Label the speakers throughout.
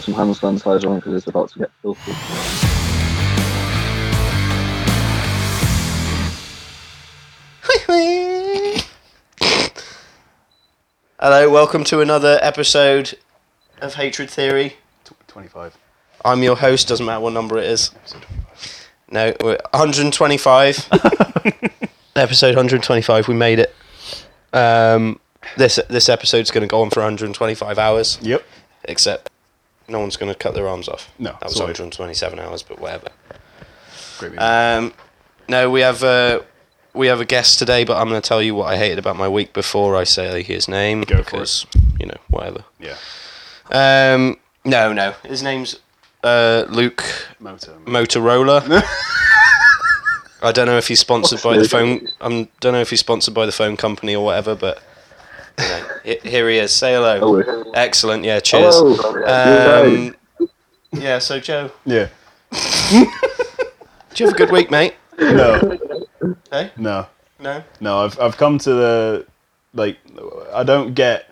Speaker 1: some handstand slides on because it's about to get filthy.
Speaker 2: Hello, welcome to another episode of Hatred Theory.
Speaker 3: Tw- 25.
Speaker 2: I'm your host, doesn't matter what number it is. No, we're 125. episode 125, we made it. Um, this this episode's going to go on for 125 hours,
Speaker 3: Yep.
Speaker 2: except no one's going to cut their arms off.
Speaker 3: No,
Speaker 2: That was
Speaker 3: sorry.
Speaker 2: 127 hours, but whatever.
Speaker 3: Great movie.
Speaker 2: Um, no, we have uh, we have a guest today, but I'm going to tell you what I hated about my week before I say his name.
Speaker 3: Go for it.
Speaker 2: because, You know, whatever.
Speaker 3: yeah.
Speaker 2: Um, no, no. His name's uh, Luke
Speaker 3: Motor.
Speaker 2: Motorola. I don't know if he's sponsored by the phone. I don't know if he's sponsored by the phone company or whatever, but you know, he- here he is. Say hello.
Speaker 1: Hello.
Speaker 2: Excellent. Yeah. Cheers.
Speaker 1: Hello. You're
Speaker 2: Um,
Speaker 1: right.
Speaker 2: yeah. So Joe,
Speaker 3: yeah.
Speaker 2: do you have a good week, mate?
Speaker 3: No.
Speaker 2: Hey.
Speaker 3: No.
Speaker 2: No.
Speaker 3: No, I've, I've come to the. Like, I don't get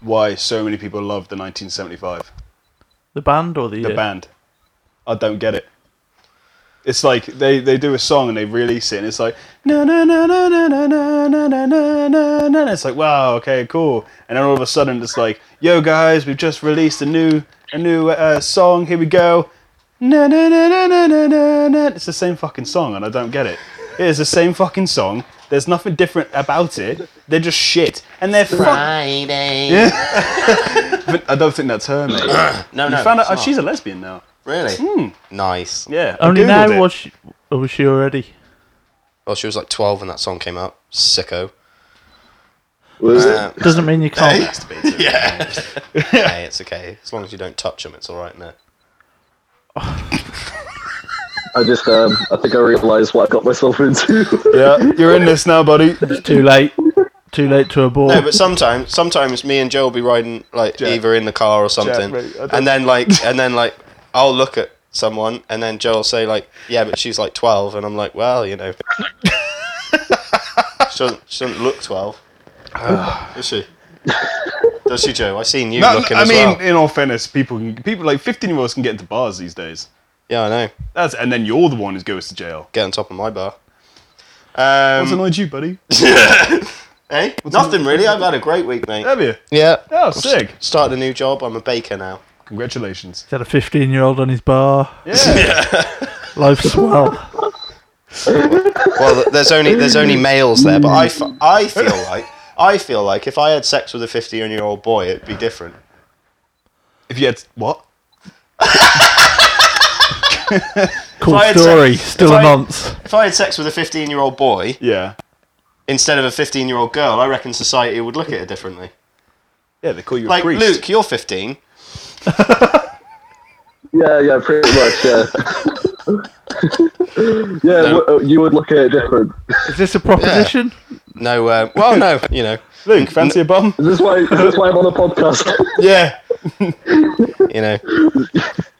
Speaker 3: why so many people love the 1975.
Speaker 4: The band or the,
Speaker 3: The
Speaker 4: uh,
Speaker 3: band. I don't get it. It's like they, they do a song and they release it and it's like na na na na na na na na na na na na and it's like wow okay cool and then all of a sudden it's like yo guys we've just released a new a new uh, song here we go na na na na na na na na it's the same fucking song and I don't get it it is the same fucking song there's nothing different about it they're just shit and they're fuck
Speaker 2: Friday.
Speaker 3: but I don't think that's her mate
Speaker 2: No, no.
Speaker 3: I found out
Speaker 2: it's
Speaker 3: oh,
Speaker 2: not.
Speaker 3: she's a lesbian now
Speaker 2: really nice.
Speaker 3: Hmm. yeah I
Speaker 4: Only
Speaker 3: Googled
Speaker 4: now
Speaker 3: it.
Speaker 4: was she, or was she already?
Speaker 2: Well, she was like 12 when that song came out. Sicko.
Speaker 1: Was it?
Speaker 2: Uh,
Speaker 4: Doesn't mean you can't.
Speaker 2: yeah. hey, it's okay. As long as you don't touch them, it's all right now.
Speaker 1: I just, um, I think I realised what I got myself into.
Speaker 3: Yeah, you're in this now, buddy.
Speaker 4: It's too late. Too late to abort.
Speaker 2: No, but sometimes, sometimes me and Joe will be riding like
Speaker 3: Jack.
Speaker 2: either in the car or something,
Speaker 3: really, I don't-
Speaker 2: and then like, and then like, I'll look at someone, and then Joe will say like, "Yeah, but she's like 12. and I'm like, "Well, you know, she, doesn't, she doesn't look 12. Does she? Does she, Joe? I seen you
Speaker 3: No,
Speaker 2: looking
Speaker 3: I
Speaker 2: as
Speaker 3: mean,
Speaker 2: well.
Speaker 3: in all fairness, people can, people like 15 year olds can get into bars these days.
Speaker 2: Yeah, I know.
Speaker 3: That's and then you're the one who goes to jail.
Speaker 2: Get on top of my bar.
Speaker 3: What's
Speaker 2: Um,
Speaker 3: annoyed you, buddy?
Speaker 2: eh? Nothing really. I've had a great week, mate.
Speaker 3: Have you?
Speaker 2: Yeah.
Speaker 3: Oh, sick!
Speaker 2: Started a new job. I'm a baker now.
Speaker 3: Congratulations.
Speaker 4: He's had a 15 year old on his bar.
Speaker 3: Yeah.
Speaker 4: Life's swell.
Speaker 2: Well, th- there's only there's only males there, but I, f- I feel like I feel like if I had sex with a 15 year old boy, it'd be different.
Speaker 3: if you had what?
Speaker 4: Cool
Speaker 2: I had said-
Speaker 4: story.
Speaker 2: if
Speaker 4: Still
Speaker 2: I-
Speaker 4: a nonce.
Speaker 2: If I had sex with a 15 year old boy
Speaker 3: Yeah.
Speaker 2: instead of a 15 year old girl, I reckon society would look at it differently.
Speaker 3: Yeah, they call you
Speaker 2: Like
Speaker 3: a priest.
Speaker 2: Luke, you're 15.
Speaker 1: yeah, yeah, pretty much, yeah. yeah,
Speaker 2: No.
Speaker 1: w- you would look at it different.
Speaker 4: Is this a proposition?
Speaker 2: No, uh, well, no, you know,
Speaker 3: Luke, fancy a bum?
Speaker 1: Is this why, is this why I'm on a podcast?
Speaker 3: Yeah.
Speaker 2: you know,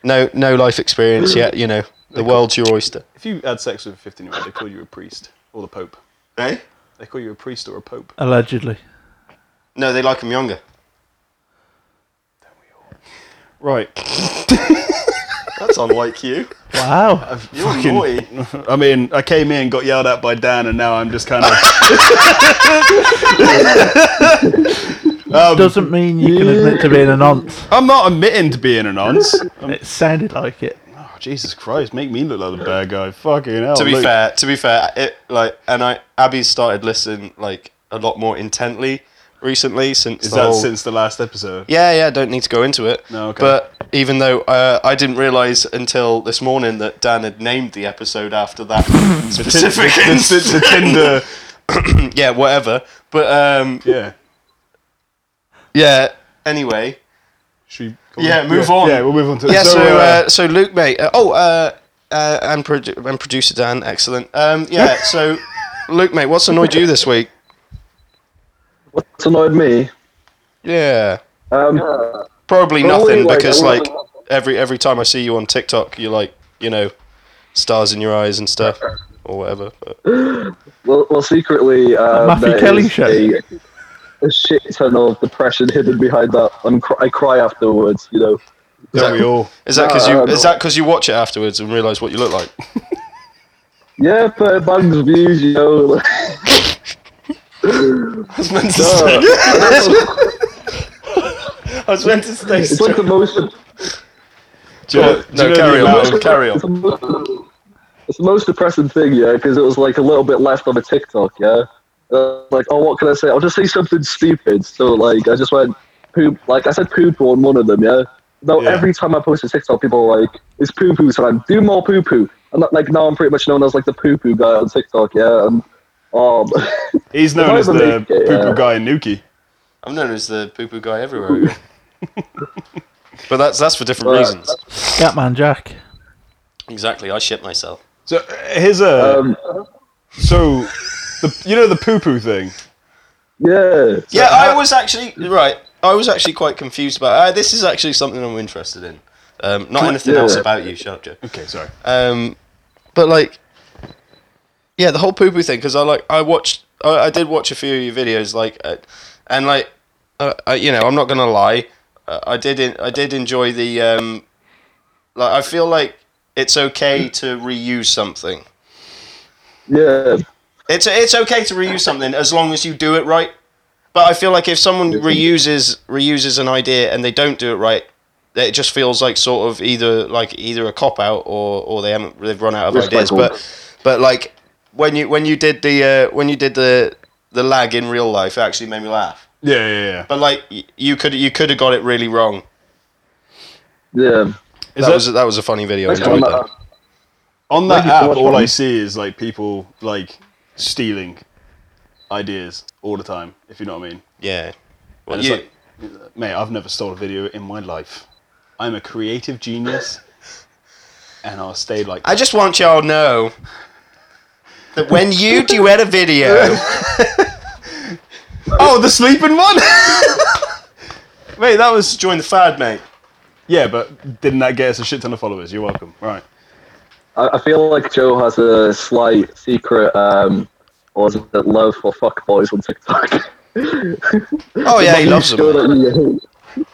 Speaker 2: no no life experience yet. You know, the world's your oyster.
Speaker 3: If you had sex with a 15 year old, they call you a priest or the pope.
Speaker 2: Eh?
Speaker 3: They call you a priest or a pope.
Speaker 4: Allegedly.
Speaker 2: No, they like him younger.
Speaker 3: Right.
Speaker 2: That's unlike you.
Speaker 4: Wow.
Speaker 2: You're naughty.
Speaker 3: I mean, I came in, got yelled at by Dan, and now I'm just kind of. Um,
Speaker 4: Doesn't mean you can admit to being a nonce.
Speaker 3: I'm not admitting to being a nonce.
Speaker 4: It sounded like it.
Speaker 3: Oh, Jesus Christ, make me look like a bad guy. Fucking hell.
Speaker 2: to be
Speaker 3: Oh, Luke.
Speaker 2: fair, to be fair, it like and I Abby's started listening like a lot more intently recently since
Speaker 3: Is
Speaker 2: the
Speaker 3: that
Speaker 2: whole-
Speaker 3: since the last episode?
Speaker 2: yeah yeah don't need to go into it
Speaker 3: No, okay.
Speaker 2: but even though uh, I didn't realize until this morning that Dan had named the episode after that specific
Speaker 3: The, the, the
Speaker 2: incident
Speaker 3: Tinder.
Speaker 2: yeah whatever but um
Speaker 3: Yeah.
Speaker 2: yeah anyway
Speaker 3: Should we
Speaker 2: Yeah, move on.
Speaker 3: Yeah, we'll move on to
Speaker 2: yeah so
Speaker 3: uh,
Speaker 2: uh, so Luke mate uh, oh uh, uh and, produ- and producer Dan excellent um yeah so Luke mate what's annoyed you this week
Speaker 1: What's annoyed me?
Speaker 2: yeah
Speaker 1: Um, oh, Probably,
Speaker 2: Probably nothing
Speaker 1: like,
Speaker 2: because
Speaker 1: I
Speaker 2: like
Speaker 1: wouldn't-
Speaker 2: every every time I see you on TikTok, you're like you know stars in your eyes and stuff or whatever. But
Speaker 1: Well, well secretly, uh,
Speaker 4: Matthew
Speaker 1: there
Speaker 4: Kelly
Speaker 1: is
Speaker 4: show.
Speaker 1: A, a shit ton of depression hidden behind that. And cr- I cry afterwards, you know.
Speaker 3: Don't we all?
Speaker 2: Is that because
Speaker 1: No,
Speaker 2: you
Speaker 1: no.
Speaker 2: is that because you watch it afterwards and realise what you look like?
Speaker 1: Yeah, but it bugs views, you know.
Speaker 2: It's meant to
Speaker 1: Duh.
Speaker 2: stay-
Speaker 1: it's
Speaker 2: I was meant to stay.
Speaker 1: like the most. It's
Speaker 3: Do you know-
Speaker 2: Oh,
Speaker 3: do
Speaker 2: no,
Speaker 3: you know
Speaker 2: carry
Speaker 3: the
Speaker 2: on,
Speaker 3: amount-
Speaker 2: Will, carry on.
Speaker 1: the most- it's the most depressing thing, yeah, because it was like a little bit left on a TikTok, yeah. And I was like, oh, what can I say? I'll just say something stupid. So like, I just went poop. Like I said, poop on one of them, yeah. Now
Speaker 3: Yeah.
Speaker 1: every time I post a TikTok, people are like, it's poo poo time. Do more poo poo. And like now, I'm pretty much known as like the poo poo guy on TikTok, yeah. And um,
Speaker 3: He's known
Speaker 1: I
Speaker 3: as the
Speaker 1: believe
Speaker 3: poo
Speaker 1: it,
Speaker 3: poo
Speaker 1: yeah.
Speaker 2: uh,
Speaker 3: guy in Nuki.
Speaker 2: I'm known as the poo poo guy everywhere. but that's that's for different
Speaker 1: Right.
Speaker 2: reasons.
Speaker 4: Catman Jack.
Speaker 2: Exactly. I shit myself.
Speaker 3: So uh, here's a
Speaker 1: um,
Speaker 3: so the you know the poo poo thing.
Speaker 1: yeah.
Speaker 2: yeah, I
Speaker 3: how-
Speaker 2: was actually right. I was actually quite confused about. Uh, this is actually something I'm interested in. Um, not anything
Speaker 1: Yeah.
Speaker 2: else about you. Shut up, Joe.
Speaker 3: Okay, sorry.
Speaker 2: Um, but like, yeah, the whole poo poo thing. Because I like, I watched, I, I did watch a few of your videos, like, uh, and like, uh, I, you know, I'm not gonna lie, uh, I did, en- I did enjoy the, um, like, I feel like it's okay to reuse something.
Speaker 1: Yeah.
Speaker 2: It's it's okay to reuse something as long as you do it right. But I feel like if someone reuses reuses an idea and they don't do it right, it just feels like sort of either like either a cop out or or they haven't they've run out of ideas.
Speaker 1: Recycle.
Speaker 2: But but like when you when you did the uh, when you did the the lag in real life, it actually made me laugh.
Speaker 3: Yeah, yeah, yeah.
Speaker 2: But like y- you could you could have got it really wrong.
Speaker 1: Yeah.
Speaker 3: Is
Speaker 2: that,
Speaker 3: that-
Speaker 2: was that was a funny video. I
Speaker 1: Next time
Speaker 2: enjoyed that.
Speaker 1: I-
Speaker 3: on that
Speaker 1: Thank you so
Speaker 3: app,
Speaker 1: much,
Speaker 3: all
Speaker 1: Martin.
Speaker 3: I see is like people like stealing ideas all the time. If you know what I mean.
Speaker 2: Yeah. Well,
Speaker 3: And it's
Speaker 2: you-
Speaker 3: like, mate, I've never stole a video in my life. I'm a creative genius, and I'll stay like.
Speaker 2: I just want y'all to know that when you duet a video.
Speaker 3: oh, the sleeping one.
Speaker 2: Mate, that was join the fad, mate.
Speaker 3: yeah, but didn't that get us a shit ton of followers? You're welcome. Right.
Speaker 1: I, I feel like Joe has a slight secret, um, or is it love for fuckboys on TikTok?
Speaker 2: Oh yeah, he loves
Speaker 1: Sure
Speaker 2: them.
Speaker 1: that you-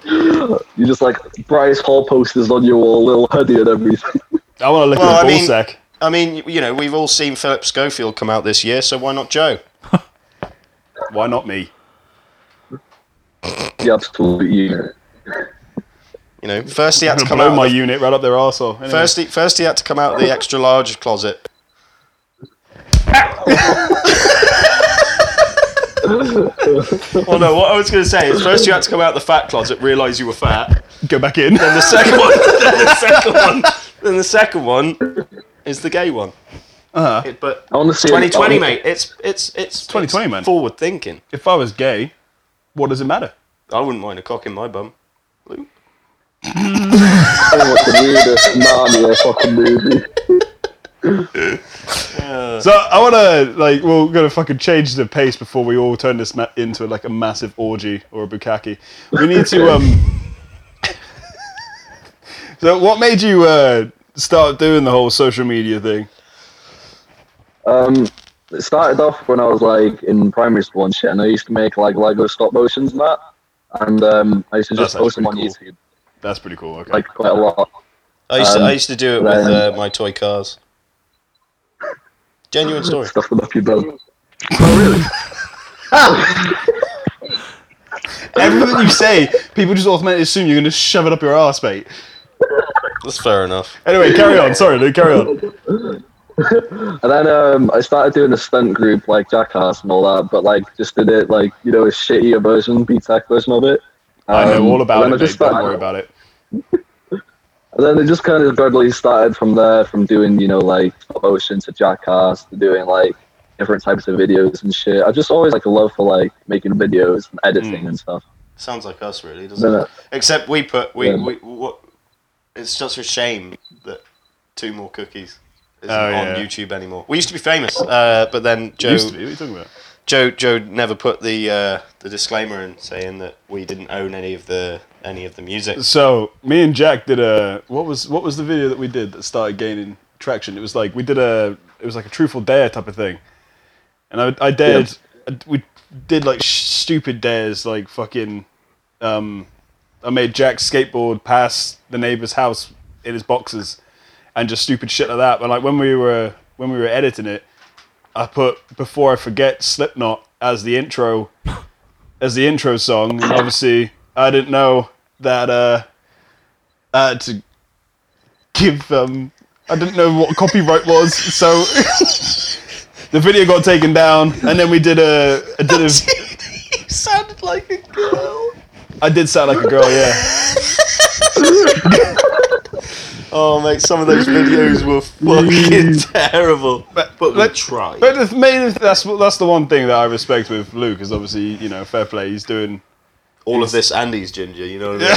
Speaker 1: You're just like Bryce Hall posters on your wall, little hoodie and everything.
Speaker 3: I want to lick
Speaker 2: Well, I
Speaker 3: my ball
Speaker 2: mean-
Speaker 3: sack.
Speaker 2: I mean, you know, we've all seen Philip Schofield come out this year, so why not Joe?
Speaker 3: Why not me?
Speaker 1: The absolute unit.
Speaker 2: You know, first he had
Speaker 3: I'm
Speaker 2: to
Speaker 3: gonna
Speaker 2: come
Speaker 3: blow
Speaker 2: out.
Speaker 3: my
Speaker 2: of the-
Speaker 3: unit right up their arsehole. Anyway.
Speaker 2: First, he, first he had to come out of the extra large closet. well, no, what I was going to say is first you had to come out the fat closet, realise you were fat.
Speaker 3: go back in.
Speaker 2: The second one, then the second one, then the second one is the gay one.
Speaker 3: Uh-huh.
Speaker 2: It- but
Speaker 1: Honestly,
Speaker 2: 2020,
Speaker 1: I-
Speaker 2: mate. It's it's it's
Speaker 3: 2020, man.
Speaker 2: Forward thinking.
Speaker 3: If I was gay, what does it matter?
Speaker 2: I wouldn't mind a cock in my bum.
Speaker 1: I don't know what the weirdest Narnia fucking movie.
Speaker 3: So I want to like we're gonna fucking change the pace before we all turn this ma- into like a massive orgy or a bukkake. We need to um. so what made you uh, start doing the whole social media thing?
Speaker 1: Um, it started off when I was like in primary school and shit, and I used to make like Lego stop motions and that, and um, I used to
Speaker 3: That's
Speaker 1: just post them on
Speaker 3: actually cool.
Speaker 1: YouTube
Speaker 3: That's pretty cool. Okay.
Speaker 1: like quite a lot.
Speaker 2: I used,
Speaker 1: Um,
Speaker 2: to, I used to do it with uh,
Speaker 1: then-
Speaker 2: my toy cars. Genuine story.
Speaker 1: Stuff them up your bum.
Speaker 3: Everything you say, people just automatically assume you're gonna shove it up your ass, mate.
Speaker 2: That's fair enough.
Speaker 3: Anyway, carry on. Sorry, Luke. Carry on.
Speaker 1: And then um, I started doing a stunt group like Jackass and all that, but like just did it like you know a shittier version, B Tech version of it.
Speaker 3: I know
Speaker 1: Um,
Speaker 3: all about
Speaker 1: and
Speaker 3: it.
Speaker 1: then I
Speaker 3: Mate.
Speaker 1: just
Speaker 3: Don't
Speaker 1: started-
Speaker 3: worry about it.
Speaker 1: And then it just kind of gradually started from there, from doing you know like motion to Jackass to doing like different types of videos and shit. I just always like a love for like making videos and editing
Speaker 3: Mm.
Speaker 1: and stuff.
Speaker 2: Sounds like us, really, doesn't
Speaker 1: No,
Speaker 2: it? Except we put we,
Speaker 1: Yeah.
Speaker 2: we what. It's just a shame that two more cookies isn't
Speaker 3: Oh,
Speaker 2: on
Speaker 3: yeah.
Speaker 2: YouTube anymore. We used to be famous, uh, but then Joe
Speaker 3: Used to be. What are you talking about?
Speaker 2: Joe Joe never put the uh, the disclaimer in saying that we didn't own any of the any of the music.
Speaker 3: So me and Jack did a what was what was the video that we did that started gaining traction? It was like we did a it was like a truthful dare type of thing, and I I dared we did like sh- stupid dares like fucking um I made Jack skateboard past the neighbor's house in his boxes, and just stupid shit like that. But like when we were when we were editing it, I put before I forget Slipknot as the intro, as the intro song. And obviously, I didn't know that uh, I had to give um, I didn't know what copyright was, so the video got taken down, and then we did a, I did a
Speaker 2: you sounded like a girl.
Speaker 3: I did sound like a girl, yeah.
Speaker 2: Oh, mate, some of those videos were fucking terrible. But, we
Speaker 3: let-
Speaker 2: tried.
Speaker 3: But the main, that's that's the one thing that I respect with Luke is obviously you know fair play. He's doing
Speaker 2: All of this Andy's ginger, you know what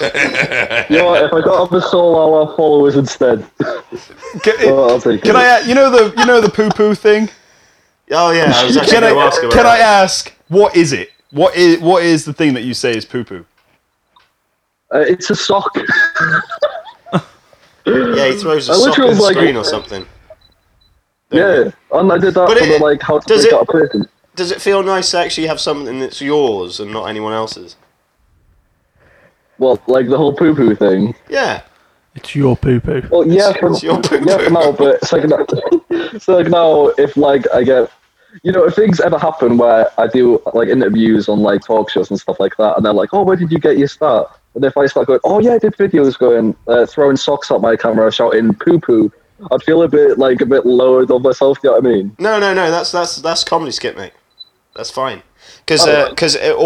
Speaker 2: I
Speaker 1: You know what? If I got up a soul, I'll have followers instead.
Speaker 3: Can,
Speaker 1: Well, I'll take
Speaker 3: can
Speaker 1: it.
Speaker 3: I? a- You know the you know the poo poo thing.
Speaker 2: mean? oh, yeah, I was actually
Speaker 3: Can I?
Speaker 2: going to ask about
Speaker 3: Can I
Speaker 2: that.
Speaker 3: ask what is it? What is what is the thing that you say is poo poo?
Speaker 1: Uh, it's a sock.
Speaker 2: Yeah, he throws a
Speaker 1: I
Speaker 2: sock
Speaker 1: literally
Speaker 2: at
Speaker 1: was
Speaker 2: the
Speaker 1: like-
Speaker 2: screen or something.
Speaker 1: yeah, and I did that
Speaker 2: But
Speaker 1: for
Speaker 2: it-
Speaker 1: the, like how to
Speaker 2: does
Speaker 1: pick
Speaker 2: it-
Speaker 1: up a person.
Speaker 2: Does it feel nice to actually have something that's yours and not anyone else's?
Speaker 1: Well, like the whole poo poo thing.
Speaker 2: Yeah.
Speaker 4: It's your poo poo.
Speaker 1: Well, yeah, for,
Speaker 2: it's your poo-poo.
Speaker 1: yeah, for now, but it's like, no, it's like now if like I get, you know, if things ever happen where I do like interviews on like talk shows and stuff like that, and they're like, oh, where did you get your start? And if I start going, oh yeah, I did videos going uh, throwing socks at my camera, shouting poo poo, I'd feel a bit like a bit lowered on myself. You know what I mean?
Speaker 2: No, no, no. That's that's that's comedy skit, mate. That's fine. Because
Speaker 1: Oh.
Speaker 2: because all,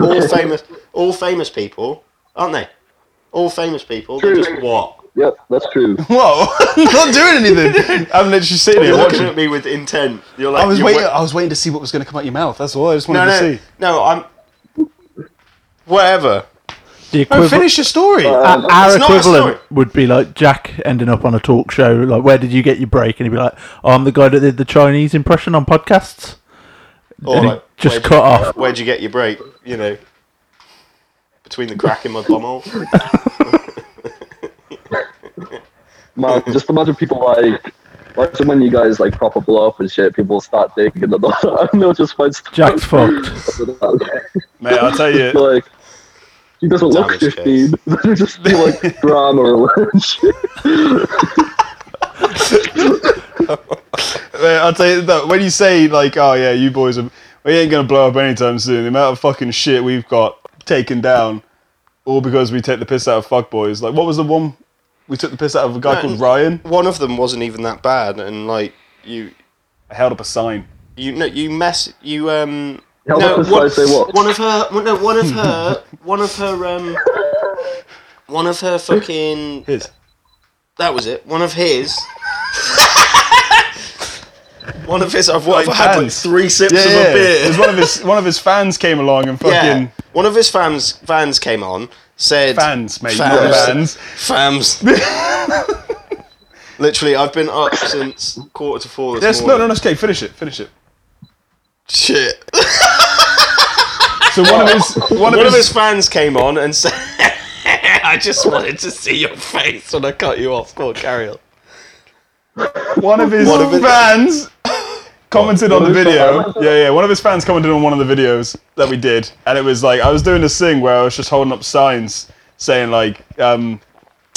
Speaker 2: all all famous all famous people aren't they? All famous people. They're
Speaker 1: True.
Speaker 2: just what?
Speaker 1: Yep, that's true.
Speaker 3: Whoa, not doing anything. I'm literally sitting here
Speaker 2: You're looking
Speaker 3: watching.
Speaker 2: at me with intent. You're like
Speaker 3: I was
Speaker 2: you're
Speaker 3: waiting.
Speaker 2: wa-
Speaker 3: I was waiting to see what was going to come out your mouth. That's all I just wanted
Speaker 2: no,
Speaker 3: to
Speaker 2: no,
Speaker 3: see.
Speaker 2: no. I'm whatever.
Speaker 4: The
Speaker 3: No,
Speaker 4: equivalent.
Speaker 3: finish your story.
Speaker 4: Uh, our
Speaker 2: Um, It's not a story.
Speaker 4: equivalent would be like Jack ending up on a talk show, like, where did you get your break? And he'd be like, oh, I'm the guy that did the Chinese impression on podcasts.
Speaker 2: Or
Speaker 4: and
Speaker 2: like,
Speaker 4: he'd just
Speaker 2: where'd,
Speaker 4: cut off.
Speaker 2: where'd you get your break? You know, between the crack in my bumhole.
Speaker 1: Man, just imagine people like. Like when you guys like proper blow up and shit, people start digging the door and they'll just find stuff.
Speaker 4: Jack's fucked.
Speaker 3: Mate, I'll tell you.
Speaker 1: like he doesn't look
Speaker 2: Damage
Speaker 1: fifteen. They just be like drama or shit.
Speaker 3: Man, I'll tell you that when you say like, "Oh yeah, you boys are," we ain't gonna blow up anytime soon. The amount of fucking shit we've got taken down, all because we take the piss out of fuckboys. Like, what was the one we took the piss out of a guy
Speaker 2: No,
Speaker 3: called
Speaker 2: n-
Speaker 3: Ryan?
Speaker 2: One of them wasn't even that bad, and like you
Speaker 3: I held up a sign.
Speaker 2: You no, you mess you um.
Speaker 1: Held
Speaker 2: no,
Speaker 1: up his
Speaker 2: one,
Speaker 1: side, say what?
Speaker 2: one of her one- no one of her one of her um one of her fucking
Speaker 3: His.
Speaker 2: that was it one of his one of his I've, I've
Speaker 3: Like
Speaker 2: had like
Speaker 3: fans.
Speaker 2: three sips
Speaker 3: Yeah,
Speaker 2: of
Speaker 3: yeah.
Speaker 2: a
Speaker 3: It was
Speaker 2: beer
Speaker 3: one of his one of his fans came along and fucking
Speaker 2: yeah one of his fans fans came on said
Speaker 3: fans, mate,
Speaker 2: Fans.
Speaker 3: not fans.
Speaker 2: fams literally I've been up since quarter to four this
Speaker 3: Yes, no,
Speaker 2: morning
Speaker 3: no, no. it's Okay, finish it, finish it.
Speaker 2: shit
Speaker 3: So one of his one of
Speaker 2: One of
Speaker 3: his
Speaker 2: his fans came on and said, I just wanted to see your face when I cut you off. Go on, carry on.
Speaker 3: one of his,
Speaker 2: One of his-
Speaker 3: fans commented on the
Speaker 1: of his
Speaker 3: video.
Speaker 1: fans?
Speaker 3: Yeah, yeah. One of his fans commented on one of the videos that we did, and it was like I was doing this thing where I was just holding up signs saying like, um,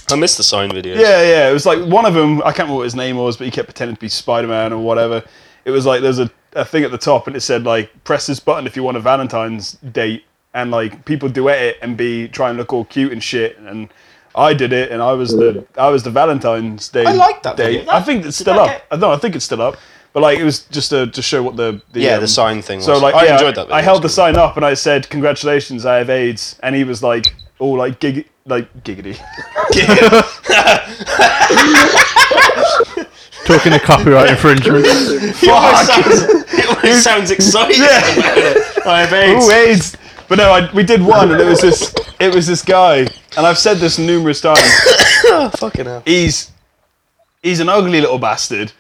Speaker 2: I missed the sign video.
Speaker 3: yeah, yeah. It was like one of them. I can't remember what his name was, but he kept pretending to be Spider Man or whatever. It was like there's a, a thing at the top, and it said like press this button if you want a Valentine's date, and like people duet it and be try and look all cute and shit and. I did it, and I was the I was the Valentine's Day. I
Speaker 2: liked that video.
Speaker 3: I think it's still
Speaker 2: that
Speaker 3: up. No, I think it's still up. But like, it was just to to show what the, the
Speaker 2: Yeah,
Speaker 3: um,
Speaker 2: the sign thing
Speaker 3: So
Speaker 2: was-
Speaker 3: like,
Speaker 2: I
Speaker 3: yeah,
Speaker 2: enjoyed that video.
Speaker 3: I held
Speaker 2: It
Speaker 3: the
Speaker 2: was
Speaker 3: sign up and I said, "Congratulations, I have AIDS," and he was like, all like gig like giggity.
Speaker 4: Talking of copyright infringement.
Speaker 2: It always sounds, it always sounds exciting. about it. I have AIDS.
Speaker 3: Ooh, AIDS. But no, I, we did one, and it was this. It was this guy, and I've said this numerous times.
Speaker 2: Oh, Fucking hell.
Speaker 3: He's he's an ugly little bastard,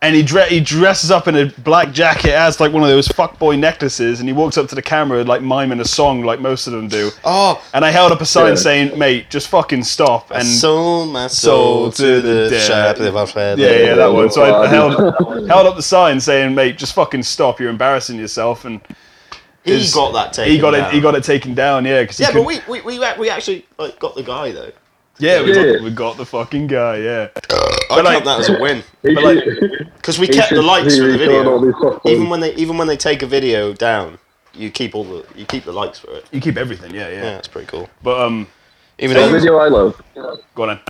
Speaker 3: and he dre- he dresses up in a black jacket, has like one of those fuckboy necklaces, and he walks up to the camera like miming a song, like most of them do.
Speaker 2: Oh,
Speaker 3: And I held up a sign
Speaker 1: Yeah.
Speaker 3: saying, "Mate, just fucking stop." And
Speaker 2: sold my soul to the shape of our flag.
Speaker 3: yeah, yeah,
Speaker 1: Yeah,
Speaker 3: that one. So I
Speaker 1: well,
Speaker 3: held held up the sign saying, "Mate, just fucking stop. You're embarrassing yourself." And
Speaker 2: He
Speaker 3: is-
Speaker 2: got that taken.
Speaker 3: He got
Speaker 2: down.
Speaker 3: it. He got it taken down. Yeah, because
Speaker 2: Yeah, but we, we, we, we actually like, got the guy though.
Speaker 3: yeah, we,
Speaker 1: Yeah.
Speaker 3: Got, we got the fucking guy. Yeah,
Speaker 2: I
Speaker 3: like-
Speaker 2: count that as a win
Speaker 1: He
Speaker 3: But, like,
Speaker 1: should-
Speaker 2: because we
Speaker 1: he
Speaker 2: kept the
Speaker 1: should
Speaker 2: likes for the
Speaker 1: really turn all
Speaker 2: video.
Speaker 1: these fucking-
Speaker 2: Even when they even when they take a video down, you keep all the you keep the likes for it.
Speaker 3: you keep everything. Yeah, yeah.
Speaker 2: Yeah, that's pretty cool.
Speaker 3: But um,
Speaker 2: Even
Speaker 1: the
Speaker 2: though
Speaker 1: video I love.
Speaker 3: go on. Then.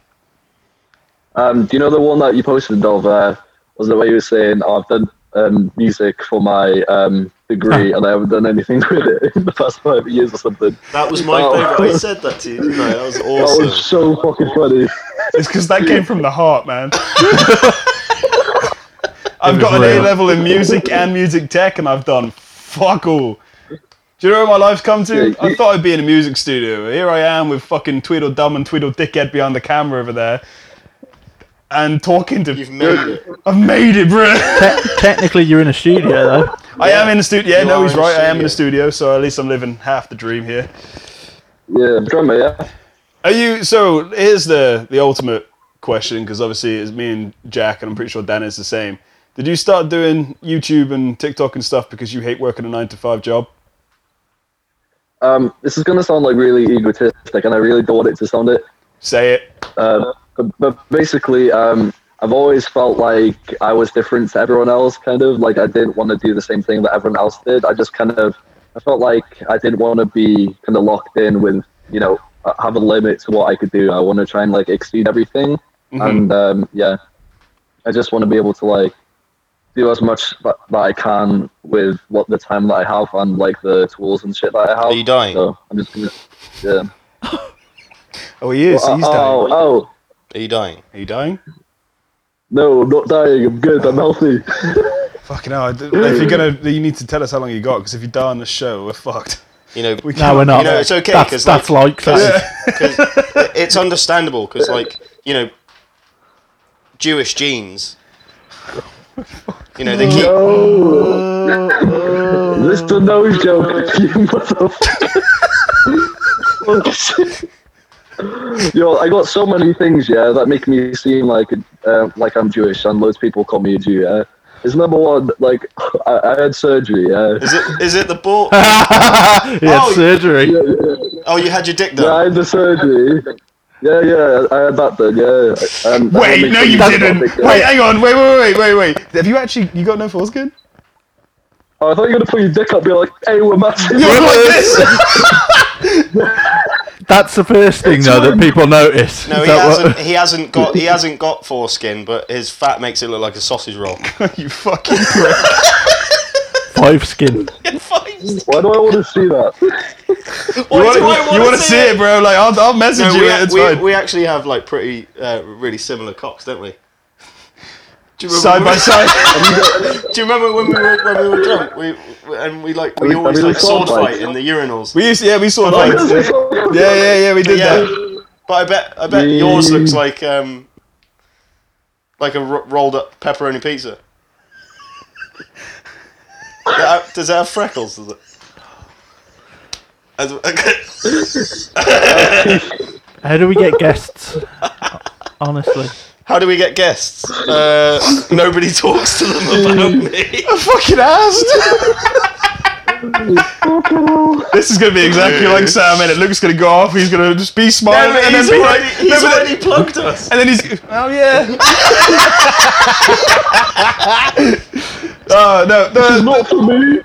Speaker 1: Um, do you know the one that you posted of? Uh, was the way you were saying, oh, "I've done um, music for my um, degree, and I haven't done anything with it in the past five years or something."
Speaker 2: that was my
Speaker 1: Oh.
Speaker 2: favorite. I said that to you, didn't I? That was
Speaker 1: That
Speaker 2: awesome.
Speaker 1: was so fucking funny.
Speaker 3: It's because that came from the heart, man. I've
Speaker 4: was
Speaker 3: got an A
Speaker 4: real.
Speaker 3: level in music and music tech, and I've done fuck all. Do you know where my life's come to?
Speaker 1: Yeah,
Speaker 3: I
Speaker 1: you-
Speaker 3: thought I'd be in a music studio. Here I am with fucking Tweedledum and Tweedledickhead behind the camera over there, and talking to.
Speaker 2: You've made it.
Speaker 3: I've made it, bro.
Speaker 4: Te- technically, you're in a studio though.
Speaker 3: I am in the studio. Yeah,
Speaker 2: You
Speaker 3: no,
Speaker 2: are
Speaker 3: he's
Speaker 2: in the
Speaker 3: right. I am in
Speaker 2: studio.
Speaker 3: the studio, so at least I'm living half the dream here.
Speaker 1: Yeah, drummer. Yeah,
Speaker 3: Are you so? Here's the the ultimate question because obviously it's me and Jack, and I'm pretty sure Dan is the same. Did you start doing YouTube and TikTok and stuff because you hate working a nine to five job?
Speaker 1: um, this is gonna sound like really egotistic, and I really don't want it to sound it.
Speaker 3: Say it.
Speaker 1: Uh, but, but basically, um, I've always felt like I was different to everyone else, kind of. Like I didn't want to do the same thing that everyone else did. I just kind of, I felt like I didn't want to be kind of locked in with, you know, uh, have a limit to what I could do. I want to try and like exceed everything.
Speaker 2: Mm-hmm.
Speaker 3: Mm-hmm.
Speaker 1: And um, yeah, I just want to be able to like do as much that, that I can with what the time that I have and like the tools and shit that I have.
Speaker 2: Are you dying?
Speaker 1: So I'm just gonna, yeah.
Speaker 3: Oh, he is. He's
Speaker 1: oh,
Speaker 3: dying.
Speaker 1: oh.
Speaker 2: Are you dying?
Speaker 3: Are you dying?
Speaker 1: No, I'm not dying. I'm good. I'm healthy.
Speaker 3: Fucking hell! I d- If you're gonna, you need to tell us how long you got because if you die on the show, we're fucked.
Speaker 2: You know,
Speaker 3: We can't-
Speaker 4: No, we're not.
Speaker 2: You know, it's okay,
Speaker 4: That's,
Speaker 2: 'cause,
Speaker 4: that's like, that.
Speaker 2: because it's understandable because like you know jewish genes you know they keep
Speaker 1: This the nose Oh. joke. You motherfucker. Yo, I got so many things, yeah, that make me seem like uh, like I'm Jewish, and loads of people call me a Jew. Yeah, it's number one. Like, I, I had surgery. Yeah,
Speaker 2: is it is it the ball
Speaker 4: he had
Speaker 2: Oh,
Speaker 4: surgery.
Speaker 2: oh you had your dick
Speaker 1: yeah, I
Speaker 2: done
Speaker 1: had the surgery. Yeah, yeah, I had that done. Yeah. Um, I
Speaker 3: Wait,
Speaker 1: make
Speaker 3: no,
Speaker 1: sure
Speaker 3: you
Speaker 1: that's
Speaker 3: didn't.
Speaker 1: not big, yeah.
Speaker 3: Wait, hang on. Wait, wait, wait, wait, wait. Have you actually? You got no foreskin?
Speaker 1: Oh, I thought you were gonna put your dick up, and be like, "Hey, we're matching."
Speaker 3: You're like this.
Speaker 4: That's the first thing though that people notice.
Speaker 2: no
Speaker 4: Is
Speaker 2: he
Speaker 4: that what-
Speaker 2: hasn't he hasn't got he hasn't got foreskin but his fat makes it look like a sausage roll
Speaker 3: you fucking prick.
Speaker 4: five skin.
Speaker 1: Why do I want to see that?
Speaker 3: You wanna- You want to see it, bro? Like, I'll, I'll message
Speaker 2: no,
Speaker 3: you.
Speaker 2: we,
Speaker 3: it, it's
Speaker 2: we,
Speaker 3: fine.
Speaker 2: we actually have like pretty uh, really similar cocks don't we do you remember, when-
Speaker 3: side by side.
Speaker 2: Do you remember when we were when we were drunk? We we- and we like we
Speaker 1: we-
Speaker 2: always
Speaker 1: we
Speaker 2: like
Speaker 1: saw
Speaker 2: sword
Speaker 1: fights.
Speaker 2: fight in the urinals.
Speaker 3: We used, to, yeah, we saw like, yeah, yeah, yeah, we did
Speaker 2: Oh, Yeah,
Speaker 3: that.
Speaker 2: but I bet I bet yours looks like um like a ro- rolled up pepperoni pizza. That ha- Does it have freckles? Does it? As-
Speaker 4: How do we get guests? Honestly,
Speaker 2: How do we get guests? Uh, nobody talks to them about me.
Speaker 3: Fucking ass. this is gonna be exactly like Sam, and it Luke's gonna go off. He's gonna just be smiling, and then
Speaker 2: he's
Speaker 3: be
Speaker 2: already,
Speaker 3: like,
Speaker 2: he's
Speaker 3: no, but
Speaker 2: already
Speaker 3: then-
Speaker 2: plugged us.
Speaker 3: and then he's, oh yeah. Oh no, no,
Speaker 1: Not for me.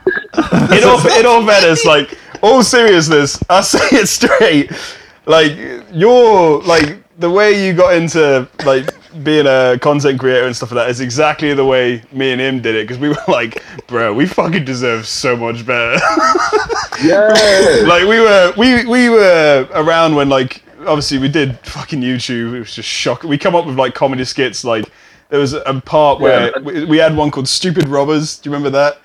Speaker 3: in all, in all fairness, like all seriousness, I say it straight. Like you're like the way you got into like being a content creator and stuff like that is exactly the way me and him did it because we were like, bro, we fucking deserve so much better.
Speaker 1: Yeah.
Speaker 3: like we were we we were around when like obviously we did fucking YouTube. It was just shocking. We come up with like comedy skits. Like there was a part where
Speaker 1: Yeah.
Speaker 3: we, we had one called Stupid Robbers. Do you remember that?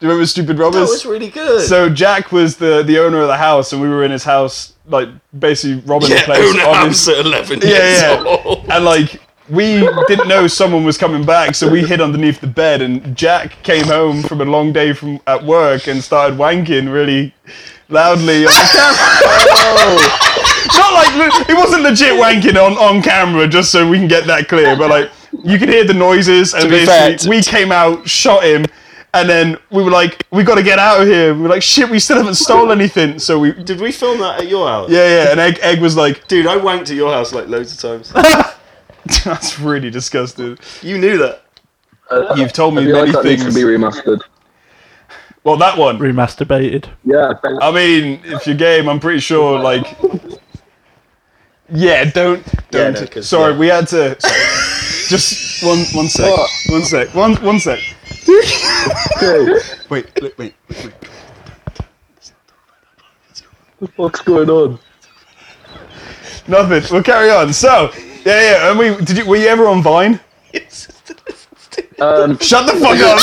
Speaker 3: Do you remember Stupid Robbers?
Speaker 2: That was really good.
Speaker 3: So Jack was the the owner of the house, and we were in his house, like basically robbing the
Speaker 2: yeah,
Speaker 3: place.
Speaker 2: Una
Speaker 3: on his-
Speaker 2: Ham's at eleven years
Speaker 3: yeah, yeah.
Speaker 2: old.
Speaker 3: and like we didn't know someone was coming back, so we hid underneath the bed. And Jack came home from a long day from at work and started wanking really loudly on camera. Not like it wasn't legit wanking on on camera, just so we can get that clear. But like you could hear the noises, and
Speaker 2: be
Speaker 3: basically
Speaker 2: fair,
Speaker 3: we came out, shot him. And then we were like, we got to get out of here. We were like, shit, we still haven't stolen anything. So we, yeah,
Speaker 2: Did we film that at your house?
Speaker 3: yeah. And Egg, Egg was like,
Speaker 2: Dude, I wanked at your house like loads of times.
Speaker 3: that's really disgusting.
Speaker 2: you knew that.
Speaker 1: Uh,
Speaker 3: You've told
Speaker 1: I
Speaker 3: me
Speaker 1: feel
Speaker 3: many
Speaker 1: like that needs
Speaker 3: things.
Speaker 1: to be remastered.
Speaker 3: well, that one.
Speaker 4: Remasturbated.
Speaker 1: Yeah,
Speaker 3: I mean, if you're game, I'm pretty sure, like. Yeah, don't.
Speaker 2: Yeah,
Speaker 3: don't.
Speaker 2: no, 'cause-
Speaker 3: sorry,
Speaker 2: yeah.
Speaker 3: we had to. Just one, one sec.
Speaker 1: What?
Speaker 3: One sec. One, one sec.
Speaker 1: okay.
Speaker 3: Wait, wait, wait, wait. wait.
Speaker 1: What's going on?
Speaker 3: Nothing. We'll carry on. So, yeah, yeah. And we did you were you ever on Vine?
Speaker 1: Um,
Speaker 3: Shut the fuck up.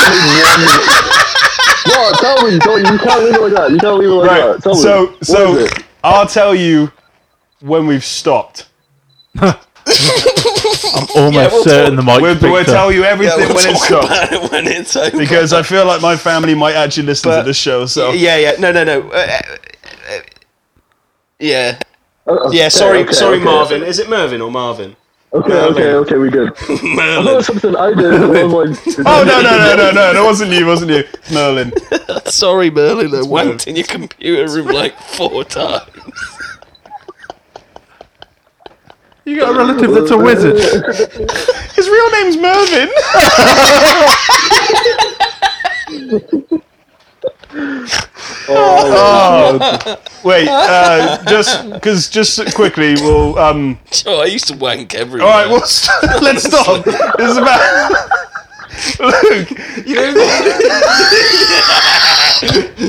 Speaker 1: what? Tell me, don't, you can't leave it like that. You can't leave it like
Speaker 3: right.
Speaker 1: that. Tell me.
Speaker 3: So,
Speaker 1: What
Speaker 3: so
Speaker 1: is it?
Speaker 3: I'll tell you when we've stopped.
Speaker 4: Almost
Speaker 2: we'll
Speaker 4: certain the mic.
Speaker 3: We'll,
Speaker 4: picked
Speaker 3: we'll
Speaker 4: up.
Speaker 3: tell you
Speaker 2: Yeah,
Speaker 3: everything
Speaker 2: we'll
Speaker 3: when it's
Speaker 2: talk
Speaker 3: stopped
Speaker 2: about it when it's over.
Speaker 3: because I feel like my family might actually listen to
Speaker 2: But-
Speaker 3: this show. So
Speaker 2: yeah, yeah, no, no, no. Uh, uh, uh, yeah,
Speaker 1: Oh,
Speaker 2: yeah.
Speaker 1: okay,
Speaker 2: Sorry,
Speaker 1: okay,
Speaker 2: sorry,
Speaker 1: okay.
Speaker 2: Marvin. Is it Mervin or Marvin?
Speaker 1: Okay, okay, okay, we good. I thought it
Speaker 2: Merlin.
Speaker 1: was something I did. and I was like-
Speaker 3: Oh no no no no no! That wasn't you. Wasn't you, Merlin?
Speaker 2: sorry, Merlin. I wanked in your computer room like four times.
Speaker 4: You got a relative that's a wizard.
Speaker 3: His real name's Mervin. Oh. Wait, uh, just because, just quickly, we'll. Um,
Speaker 2: Oh, I used to wank everywhere.
Speaker 3: all right, we'll st- let's stop. This is about Luke.
Speaker 2: you know the,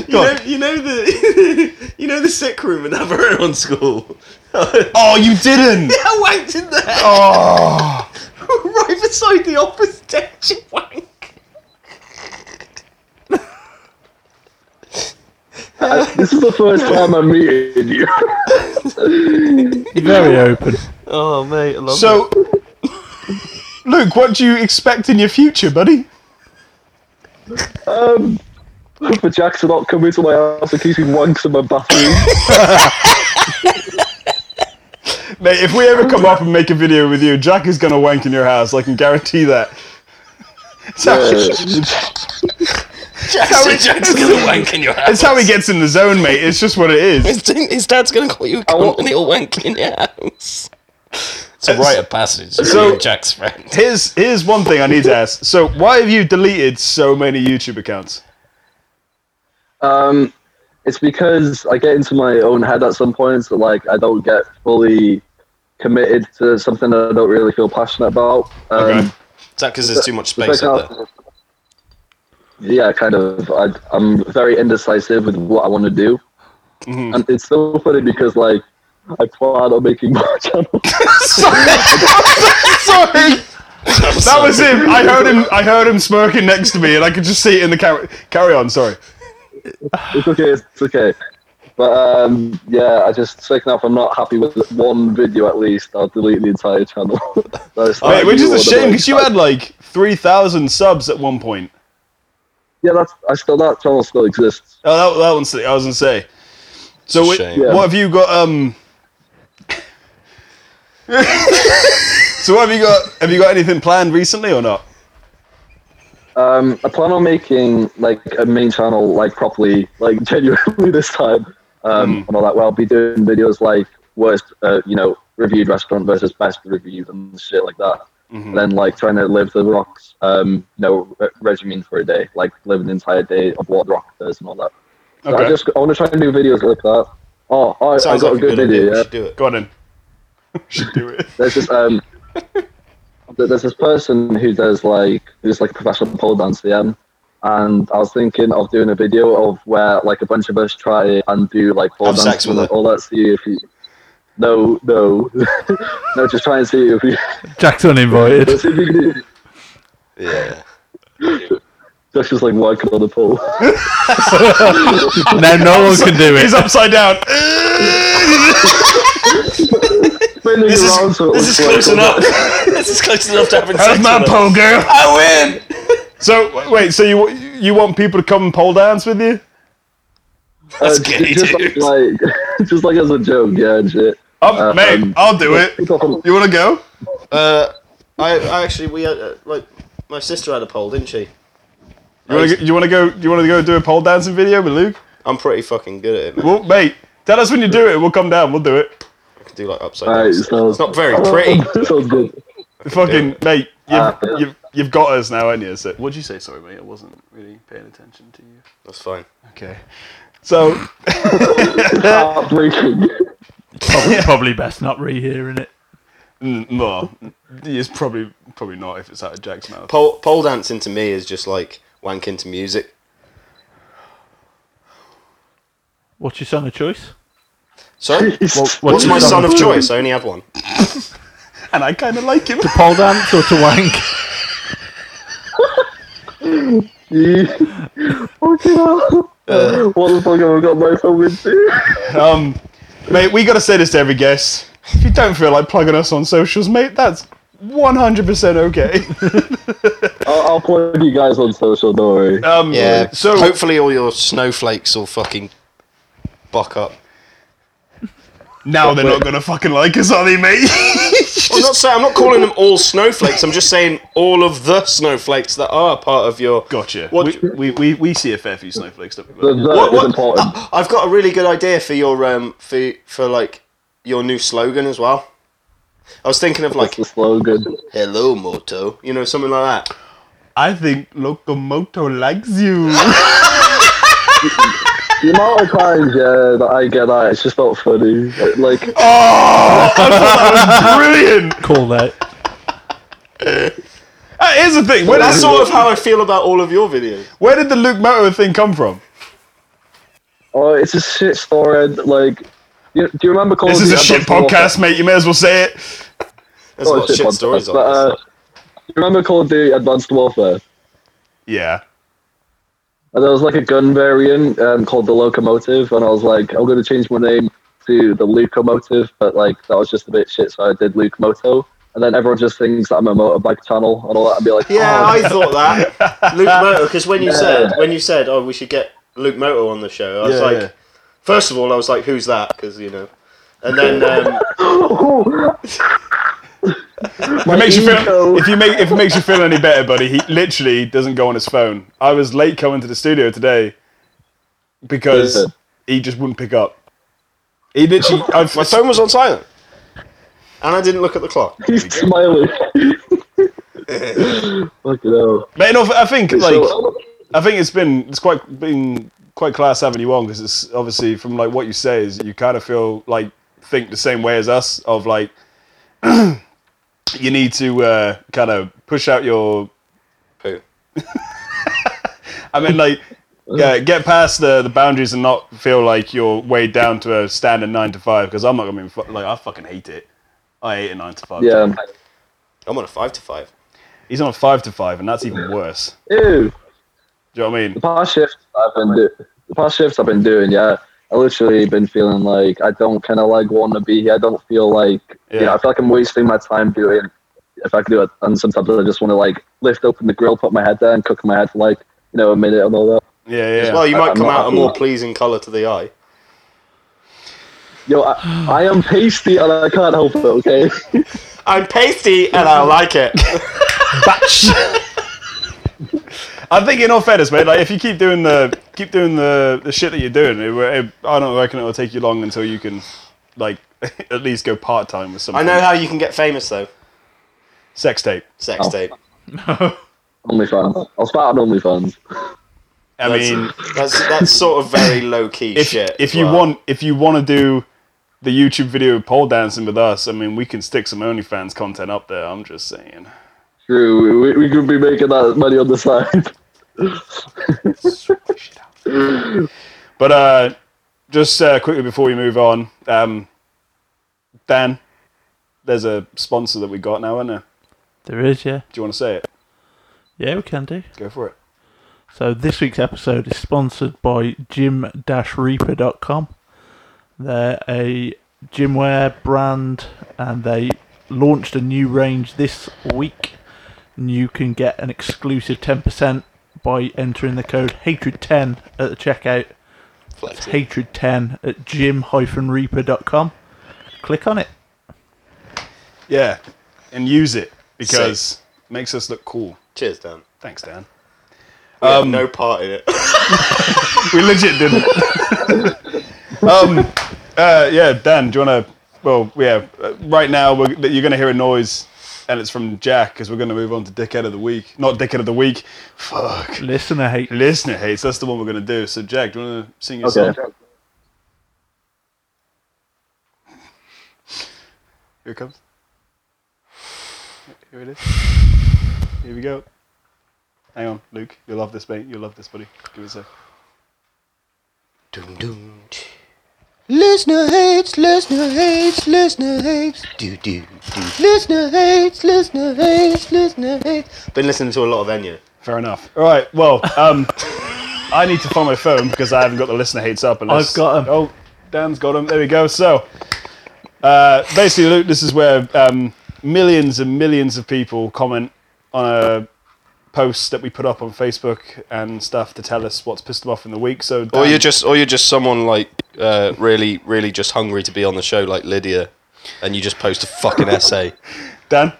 Speaker 2: you, know, you know the you know the sick room in Aberron School. I
Speaker 3: Oh, you didn't.
Speaker 2: wanked in there,
Speaker 3: Oh,
Speaker 2: right beside the office desk. You wank.
Speaker 1: This is the first time I'm meeting you.
Speaker 4: Very open.
Speaker 2: Oh mate, I love
Speaker 3: so Luke, what do you expect in your future, buddy?
Speaker 1: Um, for Jackson not coming to my house and keeping wanks in my bathroom.
Speaker 3: Mate, if we ever come up and make a video with you, Jack is gonna wank in your house. I can guarantee that. It's how,
Speaker 2: Jackson, Jack's gonna wank in your house.
Speaker 3: it's how he gets in the zone, mate. It's just what it is.
Speaker 2: His, dad- his dad's gonna call you a
Speaker 1: want-
Speaker 2: cunt and he'll wank in your house. It's a rite of passage.
Speaker 3: so-
Speaker 2: So Jack's friend.
Speaker 3: Here's here's one thing I need to ask. So, why have you deleted so many YouTube accounts?
Speaker 1: Um, it's because I get into my own head at some points that like I don't get fully committed to something that I don't really feel passionate about. Um,
Speaker 3: Okay.
Speaker 2: Is that because there's too much
Speaker 1: it's
Speaker 2: space
Speaker 1: like
Speaker 2: up
Speaker 1: how-
Speaker 2: there?
Speaker 1: Yeah, kind of. I, I'm very indecisive with what I want to do,
Speaker 3: Mm-hmm.
Speaker 1: and it's so funny because like I plan on making my channel.
Speaker 3: Sorry, that was him. I heard him. I heard him smirking next to me, and I could just see it in the camera. Carry on. Sorry.
Speaker 1: it's okay, it's okay. But um, yeah, I just second off, I'm not happy with one video at least. I'll delete the entire channel. That's
Speaker 3: Mate,
Speaker 1: not
Speaker 3: which is
Speaker 1: you
Speaker 3: a
Speaker 1: or the
Speaker 3: shame
Speaker 1: way-
Speaker 3: because you had like three thousand subs at one point.
Speaker 1: Yeah, that's I still that channel still exists.
Speaker 3: Oh, that, that one's sick. I was gonna say. So,
Speaker 2: a
Speaker 3: wait,
Speaker 2: shame.
Speaker 1: Yeah.
Speaker 3: what have you got? Um. so, what have you got? Have you got anything planned recently or not?
Speaker 1: Um, I plan on making like a main channel like properly, like genuinely this time,
Speaker 2: Hmm.
Speaker 1: um, and all that. Well, I'll be doing videos like worst, uh, you know, reviewed restaurant versus best reviewed and shit like that.
Speaker 3: Mm-hmm.
Speaker 2: Hmm.
Speaker 1: And then like trying to live the rocks, um, you know, re- regimen for a day, like live an entire day of what rock does and all that. So
Speaker 3: Okay.
Speaker 1: I just I want to try and do videos like that. Oh, I, I
Speaker 2: Sounds
Speaker 1: got a
Speaker 2: like
Speaker 1: good,
Speaker 2: idea.
Speaker 1: video.
Speaker 2: We
Speaker 1: Yeah.
Speaker 2: should do it.
Speaker 3: Go on in. Should do it.
Speaker 1: There's this um, th- there's this person who does like who's like a professional pole dancer, yeah? and I was thinking of doing a video of where like a bunch of us try and do like pole
Speaker 2: Have
Speaker 1: dance
Speaker 2: sex with
Speaker 1: and
Speaker 2: it.
Speaker 1: all that. See if you. No, no, no. Just try and see if you.
Speaker 4: Jack's uninvited.
Speaker 1: Just see if you can do-
Speaker 2: Yeah.
Speaker 1: Just just like walking on the pole.
Speaker 4: now no one can do
Speaker 3: He's
Speaker 4: it.
Speaker 3: upside down.
Speaker 1: Spinning
Speaker 2: This is,
Speaker 1: around so it
Speaker 2: this
Speaker 1: looks
Speaker 2: is
Speaker 1: like
Speaker 2: close
Speaker 1: a-
Speaker 2: enough. this is close enough to having
Speaker 3: That's
Speaker 2: sex.
Speaker 3: my
Speaker 2: with her.
Speaker 3: pole girl.
Speaker 2: I win.
Speaker 3: So wait, so you you want people to come and pole dance with you?
Speaker 2: That's
Speaker 1: uh,
Speaker 2: gay,
Speaker 1: just
Speaker 2: dude.
Speaker 1: like, just like as a joke, yeah, and shit.
Speaker 3: Oh,
Speaker 1: Um,
Speaker 3: mate, I'll do it. You want to go?
Speaker 2: Uh, I, I actually we had, uh, like my sister had a pole, didn't she?
Speaker 3: You want to you want to go? You want to go do a pole dancing video with Luke?
Speaker 2: I'm pretty fucking good at it, man.
Speaker 3: Well, mate, tell us when you do it. We'll come down. We'll do it.
Speaker 2: I can do like upside
Speaker 1: All
Speaker 2: down.
Speaker 1: right,
Speaker 2: stuff.
Speaker 1: so-
Speaker 2: it's not very pretty.
Speaker 1: Sounds good.
Speaker 3: Fucking mate, you've,
Speaker 1: Uh,
Speaker 3: you've you've got us now, ain't you? So, what'd you say? Sorry, mate, I wasn't really paying attention to you.
Speaker 2: That's fine.
Speaker 3: Okay. So
Speaker 1: Heartbreaking.
Speaker 4: Probably, probably best not rehearing it.
Speaker 3: Mm, No, it's probably probably not if it's out of Jack's mouth.
Speaker 2: Pole pole dancing to me is just like wanking to music.
Speaker 4: What's your song of choice?
Speaker 2: Sorry,
Speaker 4: What-
Speaker 2: what's my
Speaker 4: your
Speaker 2: son of
Speaker 4: choice?
Speaker 2: choice? I only had one.
Speaker 3: And I kind of like him.
Speaker 4: Pole dance or to wank?
Speaker 1: Fucking hell.
Speaker 2: Uh,
Speaker 1: what the fuck have I got myself into?
Speaker 3: um, mate, we got to say this to every guest. If you don't feel like plugging us on socials, mate, that's 100% okay.
Speaker 1: I'll, I'll plug you guys on social, don't worry.
Speaker 2: Uh,
Speaker 3: Um,
Speaker 2: Yeah.
Speaker 3: So,
Speaker 2: hopefully all your snowflakes will fucking buck up.
Speaker 3: now they're not going to fucking like us, are they, mate?
Speaker 2: I'm not saying I'm not calling them all snowflakes. I'm just saying all of the snowflakes that are part of your.
Speaker 3: gotcha.
Speaker 2: What-
Speaker 3: We, we, we, we see a fair few snowflakes, don't
Speaker 1: The,
Speaker 3: we?
Speaker 1: the
Speaker 2: What-
Speaker 1: is
Speaker 2: what-
Speaker 1: important.
Speaker 2: I've got a really good idea for your um for for like your new slogan as well. I was thinking of
Speaker 1: That's
Speaker 2: like
Speaker 1: the slogan.
Speaker 2: "Hello Moto," you know, something like that.
Speaker 3: I think Locomoto likes you.
Speaker 1: The amount of times, yeah, that I get that, it's just not funny. Like,
Speaker 3: Brilliant.
Speaker 4: Call out.
Speaker 3: Uh, here's the thing. Where,
Speaker 2: That's
Speaker 3: that's all,
Speaker 2: sort of how I feel about all of your videos.
Speaker 3: where did the Luke Moto thing come from?
Speaker 1: oh, it's a shit story. and, Like, you, do you remember calling
Speaker 3: This is a shit podcast, mate. You may as well say it.
Speaker 2: There's a lot of shit stories on
Speaker 1: Oh, But,
Speaker 2: this.
Speaker 1: uh, you remember Call of Duty Advanced Warfare?
Speaker 3: Yeah.
Speaker 1: And there was like a gun variant um, called the Locomotive, and I was like, I'm going to change my name to the Locomotive, but like that was just a bit shit, so I did Luke Moto. And then everyone just thinks that I'm a motorbike channel and all that, and be like,
Speaker 2: Yeah,
Speaker 1: "Oh,
Speaker 2: I thought that Luke Moto because when you
Speaker 1: Yeah.
Speaker 2: said when you said oh we should get Luke Moto on the show, I was
Speaker 3: Yeah,
Speaker 2: like,
Speaker 3: yeah.
Speaker 2: first of all, I was like, who's that? Because you know, and then um,
Speaker 1: "Oh,
Speaker 3: It makes you
Speaker 1: ego.
Speaker 3: feel, if you make if it makes you feel any better, buddy, he literally doesn't go on his phone. I was late coming to the studio today
Speaker 1: Yeah.
Speaker 3: because he just wouldn't pick up. He literally, I,
Speaker 2: my phone was on silent, and I didn't look at the clock.
Speaker 1: he's smiling. Fucking hell.
Speaker 3: but enough, I think like
Speaker 1: So-
Speaker 3: I think it's been it's quite been quite class having you on because it's obviously from like what you say is you kind of feel like think the same way as us of like you need to uh, kind of push out your
Speaker 2: Poo.
Speaker 3: I mean, like, yeah, get past the, the boundaries and not feel like you're weighed down to a standard nine to five. Because I'm not gonna be fu- like I fucking hate it. I hate a nine to five.
Speaker 1: yeah.
Speaker 2: I'm on a five to five.
Speaker 3: he's on a five to five, and that's even worse.
Speaker 1: Ew.
Speaker 3: Do you know what I mean?
Speaker 1: The past shifts I've been do- the past shifts I've been doing, yeah. I literally been feeling like I don't kind of like want to be here. I don't feel like you know,
Speaker 3: Yeah.
Speaker 1: I feel like I'm wasting my time doing. If I could do it, and sometimes I just want to like lift open the grill, put my head down, cook my head for like you know a minute and all that.
Speaker 3: Yeah, yeah.
Speaker 2: Well, you
Speaker 1: I-
Speaker 2: might
Speaker 1: I'm
Speaker 2: come
Speaker 1: not
Speaker 2: out a
Speaker 1: happy.
Speaker 2: more pleasing colour to the eye.
Speaker 1: Yo, I, I am pasty and I can't help it. Okay,
Speaker 2: I'm pasty and I like it.
Speaker 3: batch. I think in all fairness, mate, like if you keep doing the keep doing the, the shit that you're doing, it, will- it, I don't reckon it'll take you long until you can like at least go part time with
Speaker 2: I
Speaker 3: something.
Speaker 2: know how you can get famous though.
Speaker 3: Sex tape.
Speaker 2: Sex
Speaker 1: Oh.
Speaker 2: tape.
Speaker 1: OnlyFans. I'll start on OnlyFans.
Speaker 3: I
Speaker 2: That's,
Speaker 3: mean,
Speaker 2: that's that's sort of very low key
Speaker 3: if,
Speaker 2: shit.
Speaker 3: if
Speaker 2: as
Speaker 3: you
Speaker 2: well.
Speaker 3: want if you want to do the YouTube video of pole dancing with us, I mean we can stick some OnlyFans content up there. I'm just saying.
Speaker 1: True, we, we could be making that money on the side.
Speaker 3: But uh, just uh, quickly before we move on, um, Dan, there's a sponsor that we got now, isn't there?
Speaker 4: There is, yeah.
Speaker 3: Do you want to say it?
Speaker 4: Yeah, we can do.
Speaker 3: Go for it.
Speaker 4: So this week's episode is sponsored by gym-reaper.com. They're a gymwear brand and they launched a new range this week. And you can get an exclusive 10% by entering the code HATRED10 at the checkout. That's HATRED10 at gym-reaper.com. Click on it.
Speaker 3: Yeah, and use it because it makes us look cool.
Speaker 2: Cheers, Dan.
Speaker 3: Thanks, Dan.
Speaker 2: Um, no part in it.
Speaker 3: we legit didn't. um, uh, yeah, Dan, do you want to? Well, yeah. uh, Right now, we're, that you're going to hear a noise, and it's from Jack because we're going to move on to Dickhead of the Week. Not Dickhead of the Week. Fuck.
Speaker 4: Listener hate.
Speaker 3: Listener hates. That's the one we're going to do. So, Jack, do you want to sing your
Speaker 1: Okay.
Speaker 3: song? Here it comes. Here it is. Here we go. Hang on, Luke. You'll love this, mate. You'll love this, buddy. Give it a sec.
Speaker 2: Dum, dum, tch. Listener hates, listener hates, listener hates. Do, do, do. Listener hates, listener hates, listener hates. Been listening to a lot of Enya.
Speaker 3: Fair enough. All right. Well, um, I need to find my phone because I haven't got the listener hates up. Unless,
Speaker 4: I've got 'em.
Speaker 3: Oh, Dan's got them. There we go. So, uh, basically, Luke, this is where um, millions and millions of people comment on a post that we put up on Facebook and stuff to tell us what's pissed them off in the week. So, Dan,
Speaker 2: Or you're just, or you're just someone like uh, really, really just hungry to be on the show, like Lydia, and you just post a fucking essay.
Speaker 3: Dan,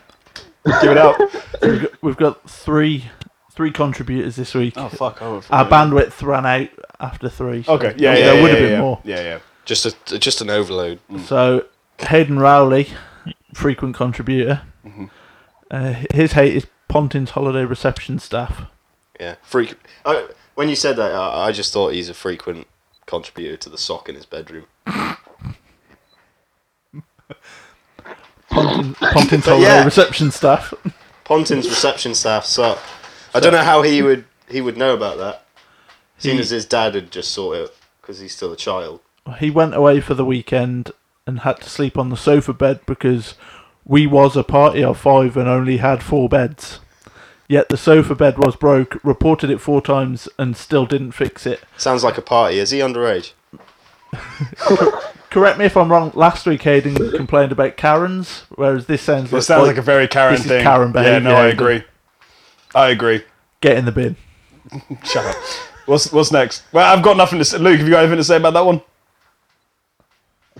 Speaker 3: give it out.
Speaker 4: We've got, we've got three three contributors this week.
Speaker 3: fuck! Oh,
Speaker 4: Our bandwidth ran out after three. so
Speaker 3: Okay. Yeah. yeah,
Speaker 4: there
Speaker 3: yeah,
Speaker 4: would have
Speaker 3: yeah, Mm.
Speaker 4: been
Speaker 3: yeah.
Speaker 4: more.
Speaker 3: Yeah. Yeah.
Speaker 2: Just a, just an overload.
Speaker 4: So Hayden Rowley, frequent contributor,
Speaker 3: Mm-hmm.
Speaker 4: uh, his hate is Pontin's holiday reception staff.
Speaker 2: Yeah, frequent. I, when you said that, I, I just thought he's a frequent contributor to the sock in his bedroom.
Speaker 4: Pontin, Pontin's holiday
Speaker 2: yeah.
Speaker 4: reception staff.
Speaker 2: Pontin's reception staff suck. I don't know how he would he would know about that. Seeing
Speaker 4: He-
Speaker 2: as his dad had just sort it because he's still a child.
Speaker 4: he went away for the weekend and had to sleep on the sofa bed because we was a party of five and only had four beds. Yet the sofa bed was broke, reported it four times and still didn't fix it.
Speaker 2: Sounds like a party. Is he underage?
Speaker 4: Correct me if I'm wrong, last week Hayden complained about Karen's, whereas this sounds
Speaker 3: It
Speaker 4: like,
Speaker 3: sounds like a very Karen
Speaker 4: this is
Speaker 3: thing.
Speaker 4: Karen
Speaker 3: Yeah. No, I
Speaker 4: behaviour.
Speaker 3: agree. I agree.
Speaker 4: get in the bin.
Speaker 3: Shut up. What's what's next? Well, I've got nothing to say. Luke, have you got anything to say about that one?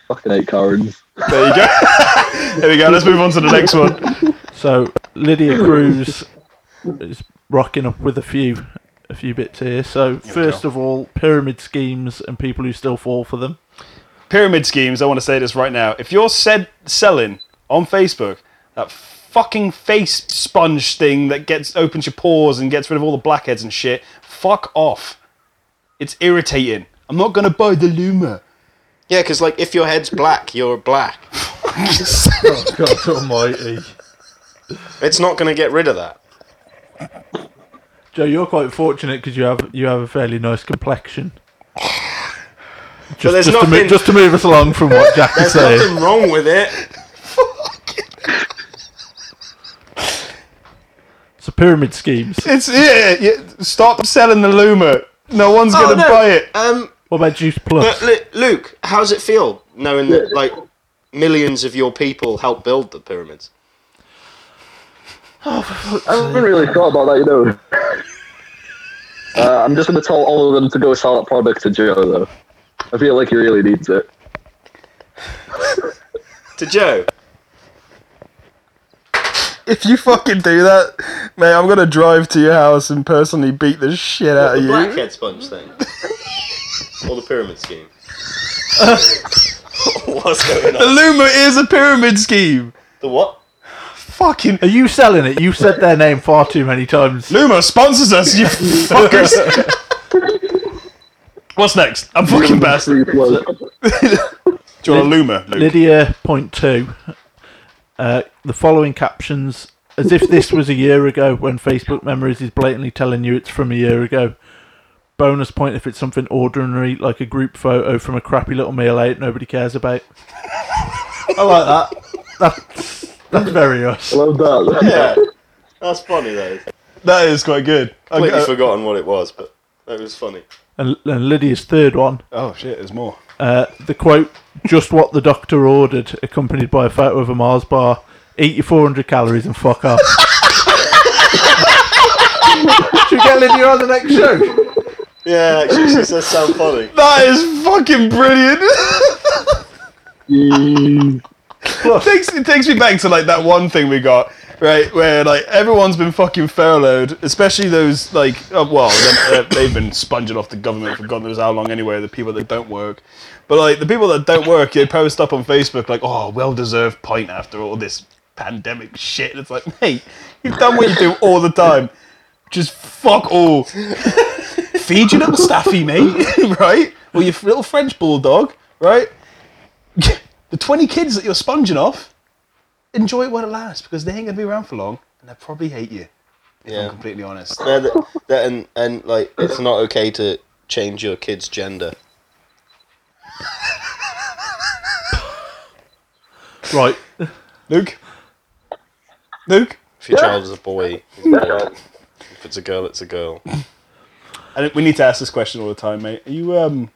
Speaker 1: Fucking hate Karens.
Speaker 3: There you go. there we go. Let's move on to the next one.
Speaker 4: So Lydia Cruz is rocking up with a few a few bits here. So first of all, pyramid schemes and people who still fall for them.
Speaker 3: Pyramid schemes. I want to say this right now. If you're said selling on Facebook that fucking face sponge thing that gets opens your pores and gets rid of all the blackheads and shit, fuck off. It's irritating. I'm not gonna buy the Luma.
Speaker 2: Yeah, because like if your head's black, you're black.
Speaker 4: God almighty.
Speaker 2: It's not going to get rid of that.
Speaker 4: Joe, you're quite fortunate because you have you have a fairly nice complexion. Just,
Speaker 2: there's
Speaker 4: just, to, mo-
Speaker 2: nothing-
Speaker 4: just to move us along from what Jack is
Speaker 2: There's
Speaker 4: saying.
Speaker 2: nothing wrong with it.
Speaker 4: So pyramid schemes.
Speaker 3: It's yeah, yeah. Stop selling the Luma. No one's gonna buy it.
Speaker 2: Um,
Speaker 4: What about Juice
Speaker 2: but
Speaker 4: Plus?
Speaker 2: Lu- Luke, how's it feel knowing that like millions of your people helped build the pyramids?
Speaker 1: I haven't really thought about that, you know. Uh, I'm just gonna tell all of them to go sell that product to Joe, though. I feel like he really needs it.
Speaker 2: To Joe,
Speaker 3: If you fucking do that, mate, I'm gonna drive to your house and personally beat the shit out
Speaker 2: the blackhead sponge thing, or the pyramid scheme. What's going
Speaker 3: The
Speaker 2: on?
Speaker 3: Luma is a pyramid scheme.
Speaker 2: The what?
Speaker 3: Fucking
Speaker 4: Are you selling it? You said their name far too many times.
Speaker 3: Luma sponsors us, you fuckers. What's next? I'm fucking bastard.
Speaker 1: Free float.
Speaker 3: Do you want a Luma? Luke?
Speaker 4: Lydia point two. Uh, the following captions, as if this was a year ago, when Facebook Memories is blatantly telling you it's from a year ago. Bonus point if it's something ordinary like a group photo from a crappy little meal out nobody cares about. I like that. That's, that's very us.
Speaker 1: Love that.
Speaker 2: Yeah, that's funny though.
Speaker 3: That is quite good. I-
Speaker 2: Completely
Speaker 3: I-
Speaker 2: forgotten what it was, but that was funny.
Speaker 4: And, and Lydia's third one,
Speaker 3: oh shit, there's more.
Speaker 4: uh, the quote, just what the doctor ordered, accompanied by a photo of a Mars bar. Eat your 400 calories and fuck off. Should we get Lydia on the next show?
Speaker 2: Yeah, actually, it does sound funny.
Speaker 3: That is fucking brilliant.
Speaker 1: Mm,
Speaker 3: takes it takes me back to like that one thing we got right? Where like everyone's been fucking furloughed, especially those like uh, well, them- uh, they've been sponging off the government for God knows how long anyway. The people that don't work, but like the people that don't work, they post up on Facebook like, "Oh, well deserved point after all this pandemic shit." It's like, mate, you've done what you do all the time. Just fuck all. Feed your little staffy, mate, right? Or your little French bulldog, right? the 20 kids that you're sponging off, enjoy it while it lasts because they ain't going to be around for long and they'll probably hate you. If I'm
Speaker 2: Yeah.
Speaker 3: completely honest.
Speaker 2: They're the- they're- and, and like it's not okay to change your kid's gender.
Speaker 3: Right. Luke? Luke?
Speaker 2: If your
Speaker 1: Yeah.
Speaker 2: child is a boy, it's a boy. if it's a girl, it's a girl.
Speaker 3: And we need to ask this question all the time, mate. Are you, um,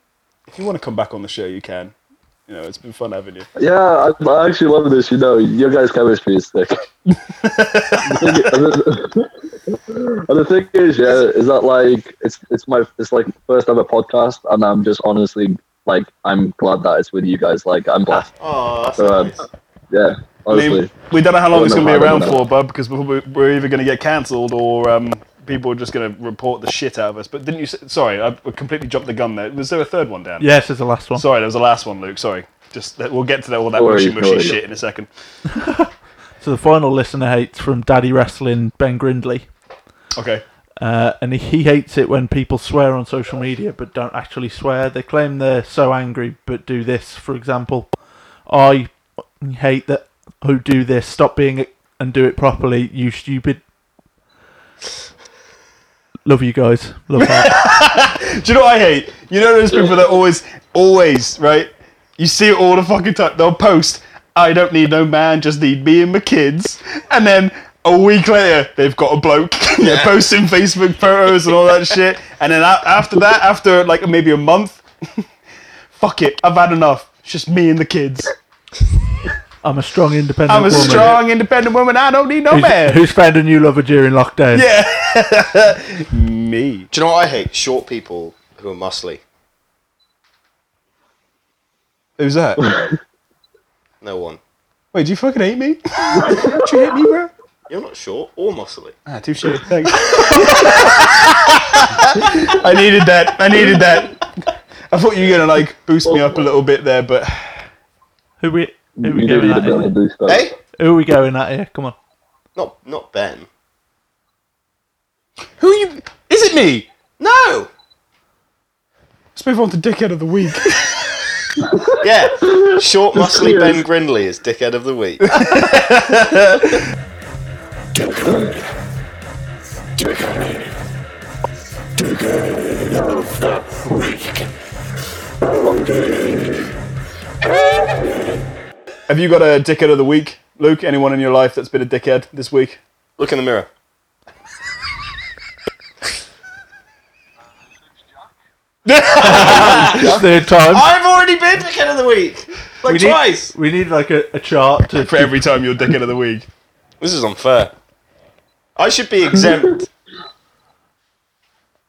Speaker 3: if you want to come back on the show, you can. You know, it's been fun having you.
Speaker 1: Yeah, I, I actually love this. You know, your guys' chemistry is sick. the, thing, and the thing is, yeah, is that like it's it's my it's like first ever podcast, and I'm just honestly like I'm glad that it's with you guys. Like I'm blessed.
Speaker 3: Oh, that's
Speaker 1: So, um, yeah,
Speaker 3: I mean,
Speaker 1: honestly,
Speaker 3: we don't know how long it's going to
Speaker 1: I
Speaker 3: be
Speaker 1: don't know
Speaker 3: around
Speaker 1: how
Speaker 3: for, bub, because we're, we're either going to get cancelled or um, people are just going to report the shit out of us. But didn't you? s- Sorry, I completely jumped the gun there. Was there a third one, Dan?
Speaker 4: Yes, it's the last one.
Speaker 3: Sorry, that was the last one, Luke. Sorry. Just that- we'll get to that, all that
Speaker 1: Sorry,
Speaker 3: mushy mushy
Speaker 1: sorry.
Speaker 3: shit in a second.
Speaker 4: So the final listener hates from Daddy Wrestling Ben Grindley,
Speaker 3: Okay.
Speaker 4: uh, and he hates it when people swear on social media but don't actually swear. They claim they're so angry but do this. For example, I hate that who do this. Stop being it and do it properly. You stupid. Love you guys. Love that.
Speaker 3: Do you know what I hate? You know those people that always, always, right? You see it all the fucking time. They'll post, "I don't need no man, just need me and my kids," and then. A week later, they've got a bloke. They're posting Facebook photos and all that shit. And then a- after that, after like maybe a month, fuck it, I've had enough. It's just me and the kids.
Speaker 4: I'm a strong, independent.
Speaker 3: I'm a
Speaker 4: woman
Speaker 3: strong, independent woman. I don't need no
Speaker 4: Who's,
Speaker 3: man.
Speaker 4: who's found a new lover during lockdown?
Speaker 3: Yeah. me.
Speaker 2: Do you know what I hate? Short people who are muscly.
Speaker 3: Who's that?
Speaker 2: No one.
Speaker 3: Wait, do you fucking hate me? Don't you hate me, bro?
Speaker 2: You're not short or muscly.
Speaker 3: Ah, touche. Thanks. I needed that. I needed that. I thought you were gonna like boost me up a little bit there, but
Speaker 4: Who we? Who we
Speaker 1: you do
Speaker 4: going
Speaker 1: need a
Speaker 4: at?
Speaker 1: bit
Speaker 4: Here?
Speaker 1: of boost. up.
Speaker 2: Hey,
Speaker 4: Who are we going at here? Come on.
Speaker 2: not not Ben.
Speaker 3: who you? Is it me?
Speaker 2: No.
Speaker 3: Let's move on to dickhead of the week.
Speaker 2: Yeah, short, muscly Ben Grindley is dickhead of the week.
Speaker 3: Have you got a dickhead of the week, Luke? Anyone in your life that's been a dickhead this week?
Speaker 2: Look in the mirror.
Speaker 4: Third time.
Speaker 2: I've already been dickhead of the week, like
Speaker 4: We need-
Speaker 2: twice.
Speaker 4: We need like a, a chart to.
Speaker 3: For every time you're dickhead of the week.
Speaker 2: This is unfair. I should be exempt.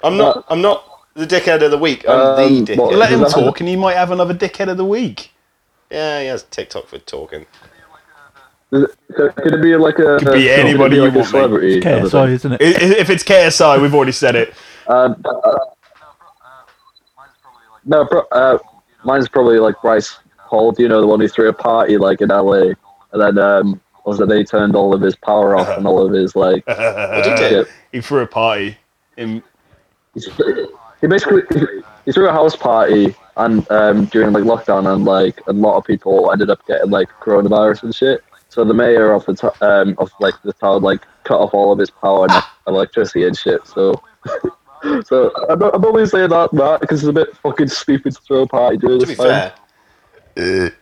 Speaker 2: I'm not. I'm not the dickhead of the week. I'm
Speaker 1: Um,
Speaker 2: the
Speaker 1: what-
Speaker 2: dickhead.
Speaker 3: Let him
Speaker 1: Is that-
Speaker 3: talk, and he might have another dickhead of the week.
Speaker 2: Yeah, he has TikTok for talking.
Speaker 1: Is it- Could it be like a
Speaker 3: Could be
Speaker 1: it
Speaker 3: anybody you
Speaker 1: like a
Speaker 3: want, mate.
Speaker 1: celebrity?
Speaker 4: KSI, isn't it?
Speaker 3: I- i- If it's KSI, we've already said it.
Speaker 1: Um, uh, no, pro- uh, mine's probably like Bryce Hall. You know, the one who threw a party like in LA, and then um, was that they turned all of his power off
Speaker 3: Uh-huh.
Speaker 1: and all of his like.
Speaker 2: What do you do?
Speaker 1: shit.
Speaker 3: He threw a party. In,
Speaker 1: He basically he threw a house party and um, during like lockdown, and like a lot of people ended up getting like coronavirus and shit. So the mayor of the to- um, of like the town like cut off all of his power and electricity and shit. So. So I'm, I'm only saying that, Matt, because it's a bit fucking stupid to throw a party during
Speaker 2: To
Speaker 1: this
Speaker 2: be
Speaker 1: time. So
Speaker 2: fair, to be fair, it's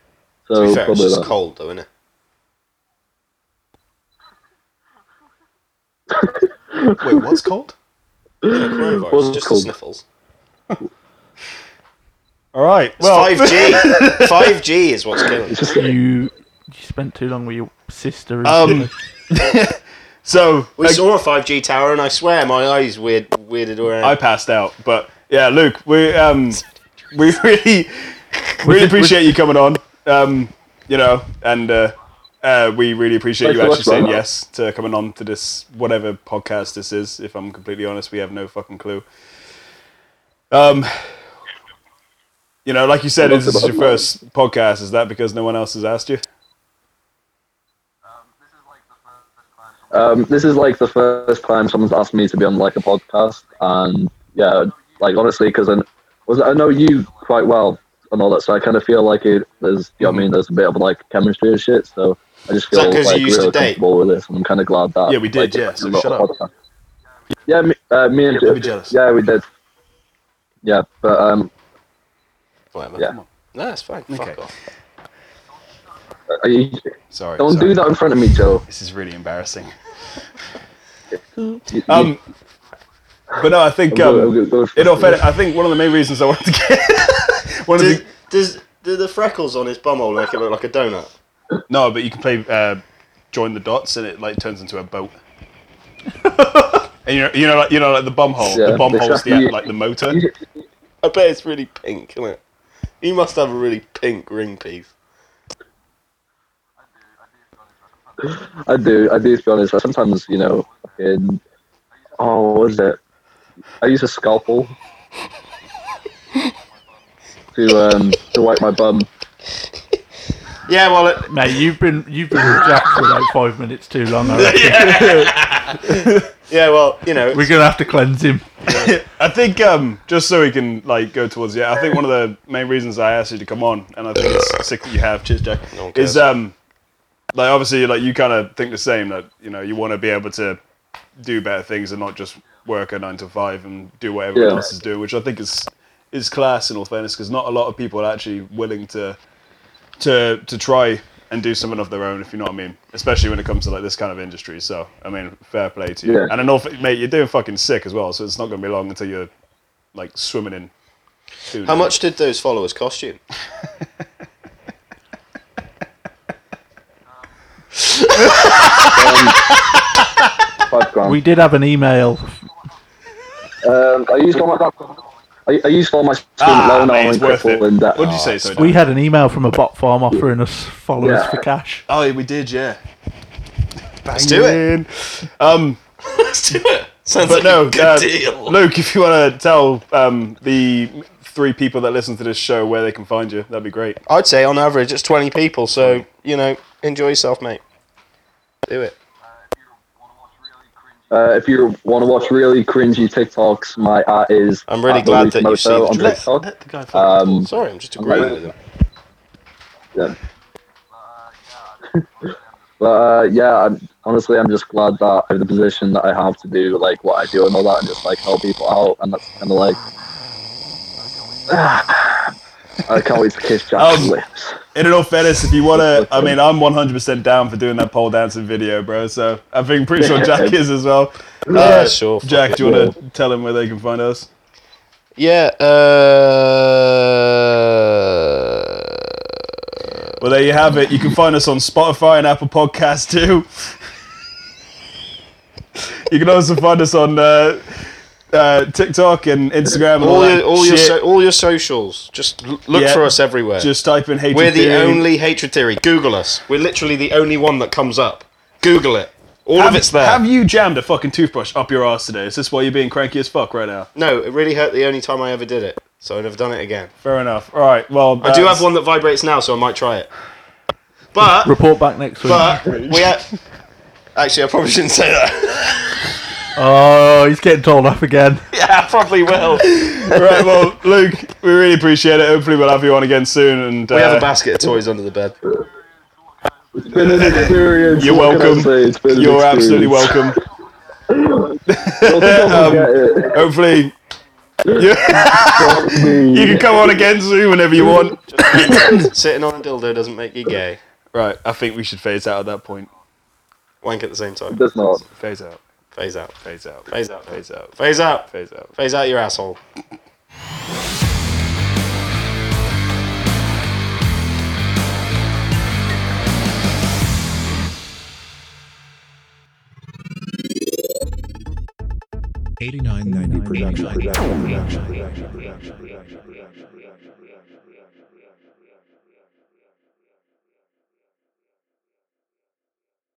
Speaker 1: Oh, probably
Speaker 2: just
Speaker 1: that.
Speaker 2: cold though, isn't it?
Speaker 3: wait, what's called?
Speaker 2: Coronavirus,
Speaker 1: What's it
Speaker 2: just the
Speaker 1: called?
Speaker 2: sniffles.
Speaker 3: All right. Well,
Speaker 2: Five G. Five G is what's killing. us.
Speaker 4: You you spent too long with your sister. and-
Speaker 3: Um, so
Speaker 2: We
Speaker 3: like,
Speaker 2: saw a five G tower, and I swear my eyes weird weirded around.
Speaker 3: I passed out, but yeah, Luke, we um, we really,
Speaker 4: Was
Speaker 3: really
Speaker 4: it- was-
Speaker 3: appreciate you coming on. Um, you know, and uh, Uh, we really appreciate
Speaker 1: Thanks
Speaker 3: you
Speaker 1: so
Speaker 3: actually
Speaker 1: much,
Speaker 3: saying
Speaker 1: man.
Speaker 3: yes to coming on to this whatever podcast this is. If I'm completely honest, we have no fucking clue. Um, you know, like you said,
Speaker 1: Lots
Speaker 3: this is
Speaker 1: about
Speaker 3: your first podcast. Is that because no one else has asked you?
Speaker 1: Um, this is like the first time someone's asked me to be on like a podcast, and yeah, like honestly, because I was I know you quite well and all that, so I kind of feel like it. There's, you know, what I mean, there's a bit of like chemistry and shit. So I just
Speaker 2: Is that
Speaker 1: feel
Speaker 2: 'cause you
Speaker 1: like
Speaker 2: used to
Speaker 1: really
Speaker 2: date?
Speaker 1: comfortable with this, and I'm kind of glad that.
Speaker 3: Yeah, we did,
Speaker 1: like,
Speaker 3: yeah, so
Speaker 1: we got
Speaker 3: shut
Speaker 1: a
Speaker 3: up.
Speaker 1: podcast. Yeah, me, uh, me and
Speaker 3: Don't be jealous.
Speaker 1: yeah, we did. Yeah, but um,
Speaker 2: Whatever.
Speaker 1: Yeah.
Speaker 2: No, it's fine.
Speaker 3: Okay.
Speaker 2: Fuck off.
Speaker 1: are you,
Speaker 3: Sorry.
Speaker 1: don't
Speaker 3: sorry.
Speaker 1: do that in front of me, Joe.
Speaker 3: This is really embarrassing.
Speaker 1: You- you-
Speaker 3: Um, but no, I think
Speaker 1: go-
Speaker 3: um,
Speaker 1: go- go for
Speaker 3: in all
Speaker 1: it.
Speaker 3: fairness, I think one of the main reasons I wanted to get one of
Speaker 2: Does,
Speaker 3: the,
Speaker 2: does do the freckles on his bumhole make it look like a donut?
Speaker 3: no, but you can play uh, join the dots and it like turns into a boat. and you know, you know, like you know, like the bum hole.
Speaker 1: Yeah,
Speaker 3: the bum
Speaker 1: the
Speaker 3: hole's the
Speaker 1: shaft-
Speaker 3: like the motor.
Speaker 2: I bet it's really pink, isn't it? He must have a really pink ring piece.
Speaker 1: I do. I do. To be honest, I sometimes you know, fucking, oh, what is it? I use a scalpel to um to wipe my bum.
Speaker 2: Yeah, well, it,
Speaker 4: Now you've been you've been with Jack for like five minutes too long. I reckon.
Speaker 2: yeah, well, you know,
Speaker 4: We're gonna have to cleanse him.
Speaker 3: I think um, just so we can like go towards yeah, I think one of the main reasons I asked you to come on, and I think it's sick that you have. Cheers, Jack.
Speaker 2: No one cares.
Speaker 3: is um, like obviously like you kind of think the same that you know you want to be able to do better things and not just work a nine to five and do what everyone
Speaker 1: Yeah.
Speaker 3: else is doing, which I think is is class in all fairness because not a lot of people are actually willing to to to try and do something of their own, if you know what I mean. Especially when it comes to like this kind of industry. So I mean, fair play to you.
Speaker 1: Yeah.
Speaker 3: And I know, mate, you're doing fucking sick as well. So it's not going to be long until you're like swimming in. tuna.
Speaker 2: how much did those followers cost you?
Speaker 1: Um, five grand.
Speaker 4: We did have an email.
Speaker 1: um, I used all my. I, I used all my student
Speaker 3: Ah,
Speaker 1: loan
Speaker 3: mate,
Speaker 1: on
Speaker 3: it's worth it.
Speaker 1: and uh, that.
Speaker 3: What did you say? So
Speaker 4: We had an email from a bot farm offering us followers
Speaker 1: Yeah.
Speaker 4: for cash.
Speaker 3: Oh, we did, yeah.
Speaker 2: Let's do it.
Speaker 3: Um,
Speaker 2: Let's do it. Sounds
Speaker 3: but
Speaker 2: like
Speaker 3: no,
Speaker 2: a good
Speaker 3: uh,
Speaker 2: deal.
Speaker 3: Luke, if you want to tell um, the three people that listen to this show where they can find you, that'd be great.
Speaker 2: I'd say on average it's 20 people, so, you know, enjoy yourself, mate. Do it.
Speaker 1: Uh, if you want to watch really cringy TikToks, my art is.
Speaker 2: I'm really
Speaker 1: at
Speaker 2: glad
Speaker 1: Luke
Speaker 2: that you've
Speaker 1: Moto
Speaker 2: seen the
Speaker 1: Uh, on
Speaker 2: trailer.
Speaker 1: TikTok.
Speaker 3: the guy
Speaker 1: Um,
Speaker 2: Sorry, I'm just
Speaker 1: agreeing
Speaker 2: agreeing
Speaker 1: with
Speaker 2: with him.
Speaker 1: Yeah. but uh, yeah, I'm, honestly, I'm just glad that I'm in the position that I have to do like what I do and all that, and just like help people out, and that's kind of like. I can't wait to kiss Jack's
Speaker 3: Um,
Speaker 1: lips.
Speaker 3: In all fairness, if you want to, I mean, I'm 100% down for doing that pole dancing video, bro. So I think pretty sure Jack is as well.
Speaker 2: Yeah, Uh, sure.
Speaker 3: Jack, do you want to tell him where they can find us?
Speaker 2: Yeah, uh...
Speaker 3: Well, there you have it. You can find us on Spotify and Apple Podcasts too. you can also find us on uh, uh, TikTok and Instagram. And all,
Speaker 2: All
Speaker 3: that
Speaker 2: your, all, your
Speaker 3: shit.
Speaker 2: so, all your socials. Just l- look
Speaker 3: Yeah.
Speaker 2: for us everywhere.
Speaker 3: Just type in hatred
Speaker 2: We're the
Speaker 3: theory.
Speaker 2: only hatred theory. Google us. We're literally the only one that comes up. Google it. All
Speaker 3: Have,
Speaker 2: of it's there.
Speaker 3: have you jammed a fucking toothbrush up your ass today? Is this why you're being cranky as fuck right now?
Speaker 2: no, it really hurt the only time I ever did it, so I've never done it again.
Speaker 3: Fair enough. All right. Well,
Speaker 2: I do have one that vibrates now, so I might try it. But
Speaker 4: Report back next week.
Speaker 2: but we have. Actually, I probably shouldn't say that.
Speaker 4: oh, he's getting told off again.
Speaker 2: yeah, I probably will. We
Speaker 3: right. Well, Luke, we really appreciate it. Hopefully, we'll have you on again soon. And uh,
Speaker 2: have a basket of toys under the bed.
Speaker 1: It's been an experience.
Speaker 3: You're
Speaker 1: what can I
Speaker 3: welcome.
Speaker 1: say? It's been an
Speaker 3: You're absolutely
Speaker 1: experience. Um, Don't
Speaker 3: welcome.
Speaker 1: think I'll forget it.
Speaker 3: Hopefully,
Speaker 1: Fuck me.
Speaker 3: you can come on again soon whenever you want.
Speaker 2: Sitting on a dildo doesn't make you gay.
Speaker 3: Right. I think we should phase out at that point.
Speaker 2: Wank at the same time.
Speaker 1: That's not.
Speaker 3: Phase out.
Speaker 2: Phase out.
Speaker 3: Phase out.
Speaker 2: Phase out.
Speaker 3: Phase out.
Speaker 2: Phase out.
Speaker 3: Phase out.
Speaker 2: Phase out your asshole.
Speaker 5: Eighty nine ninety production.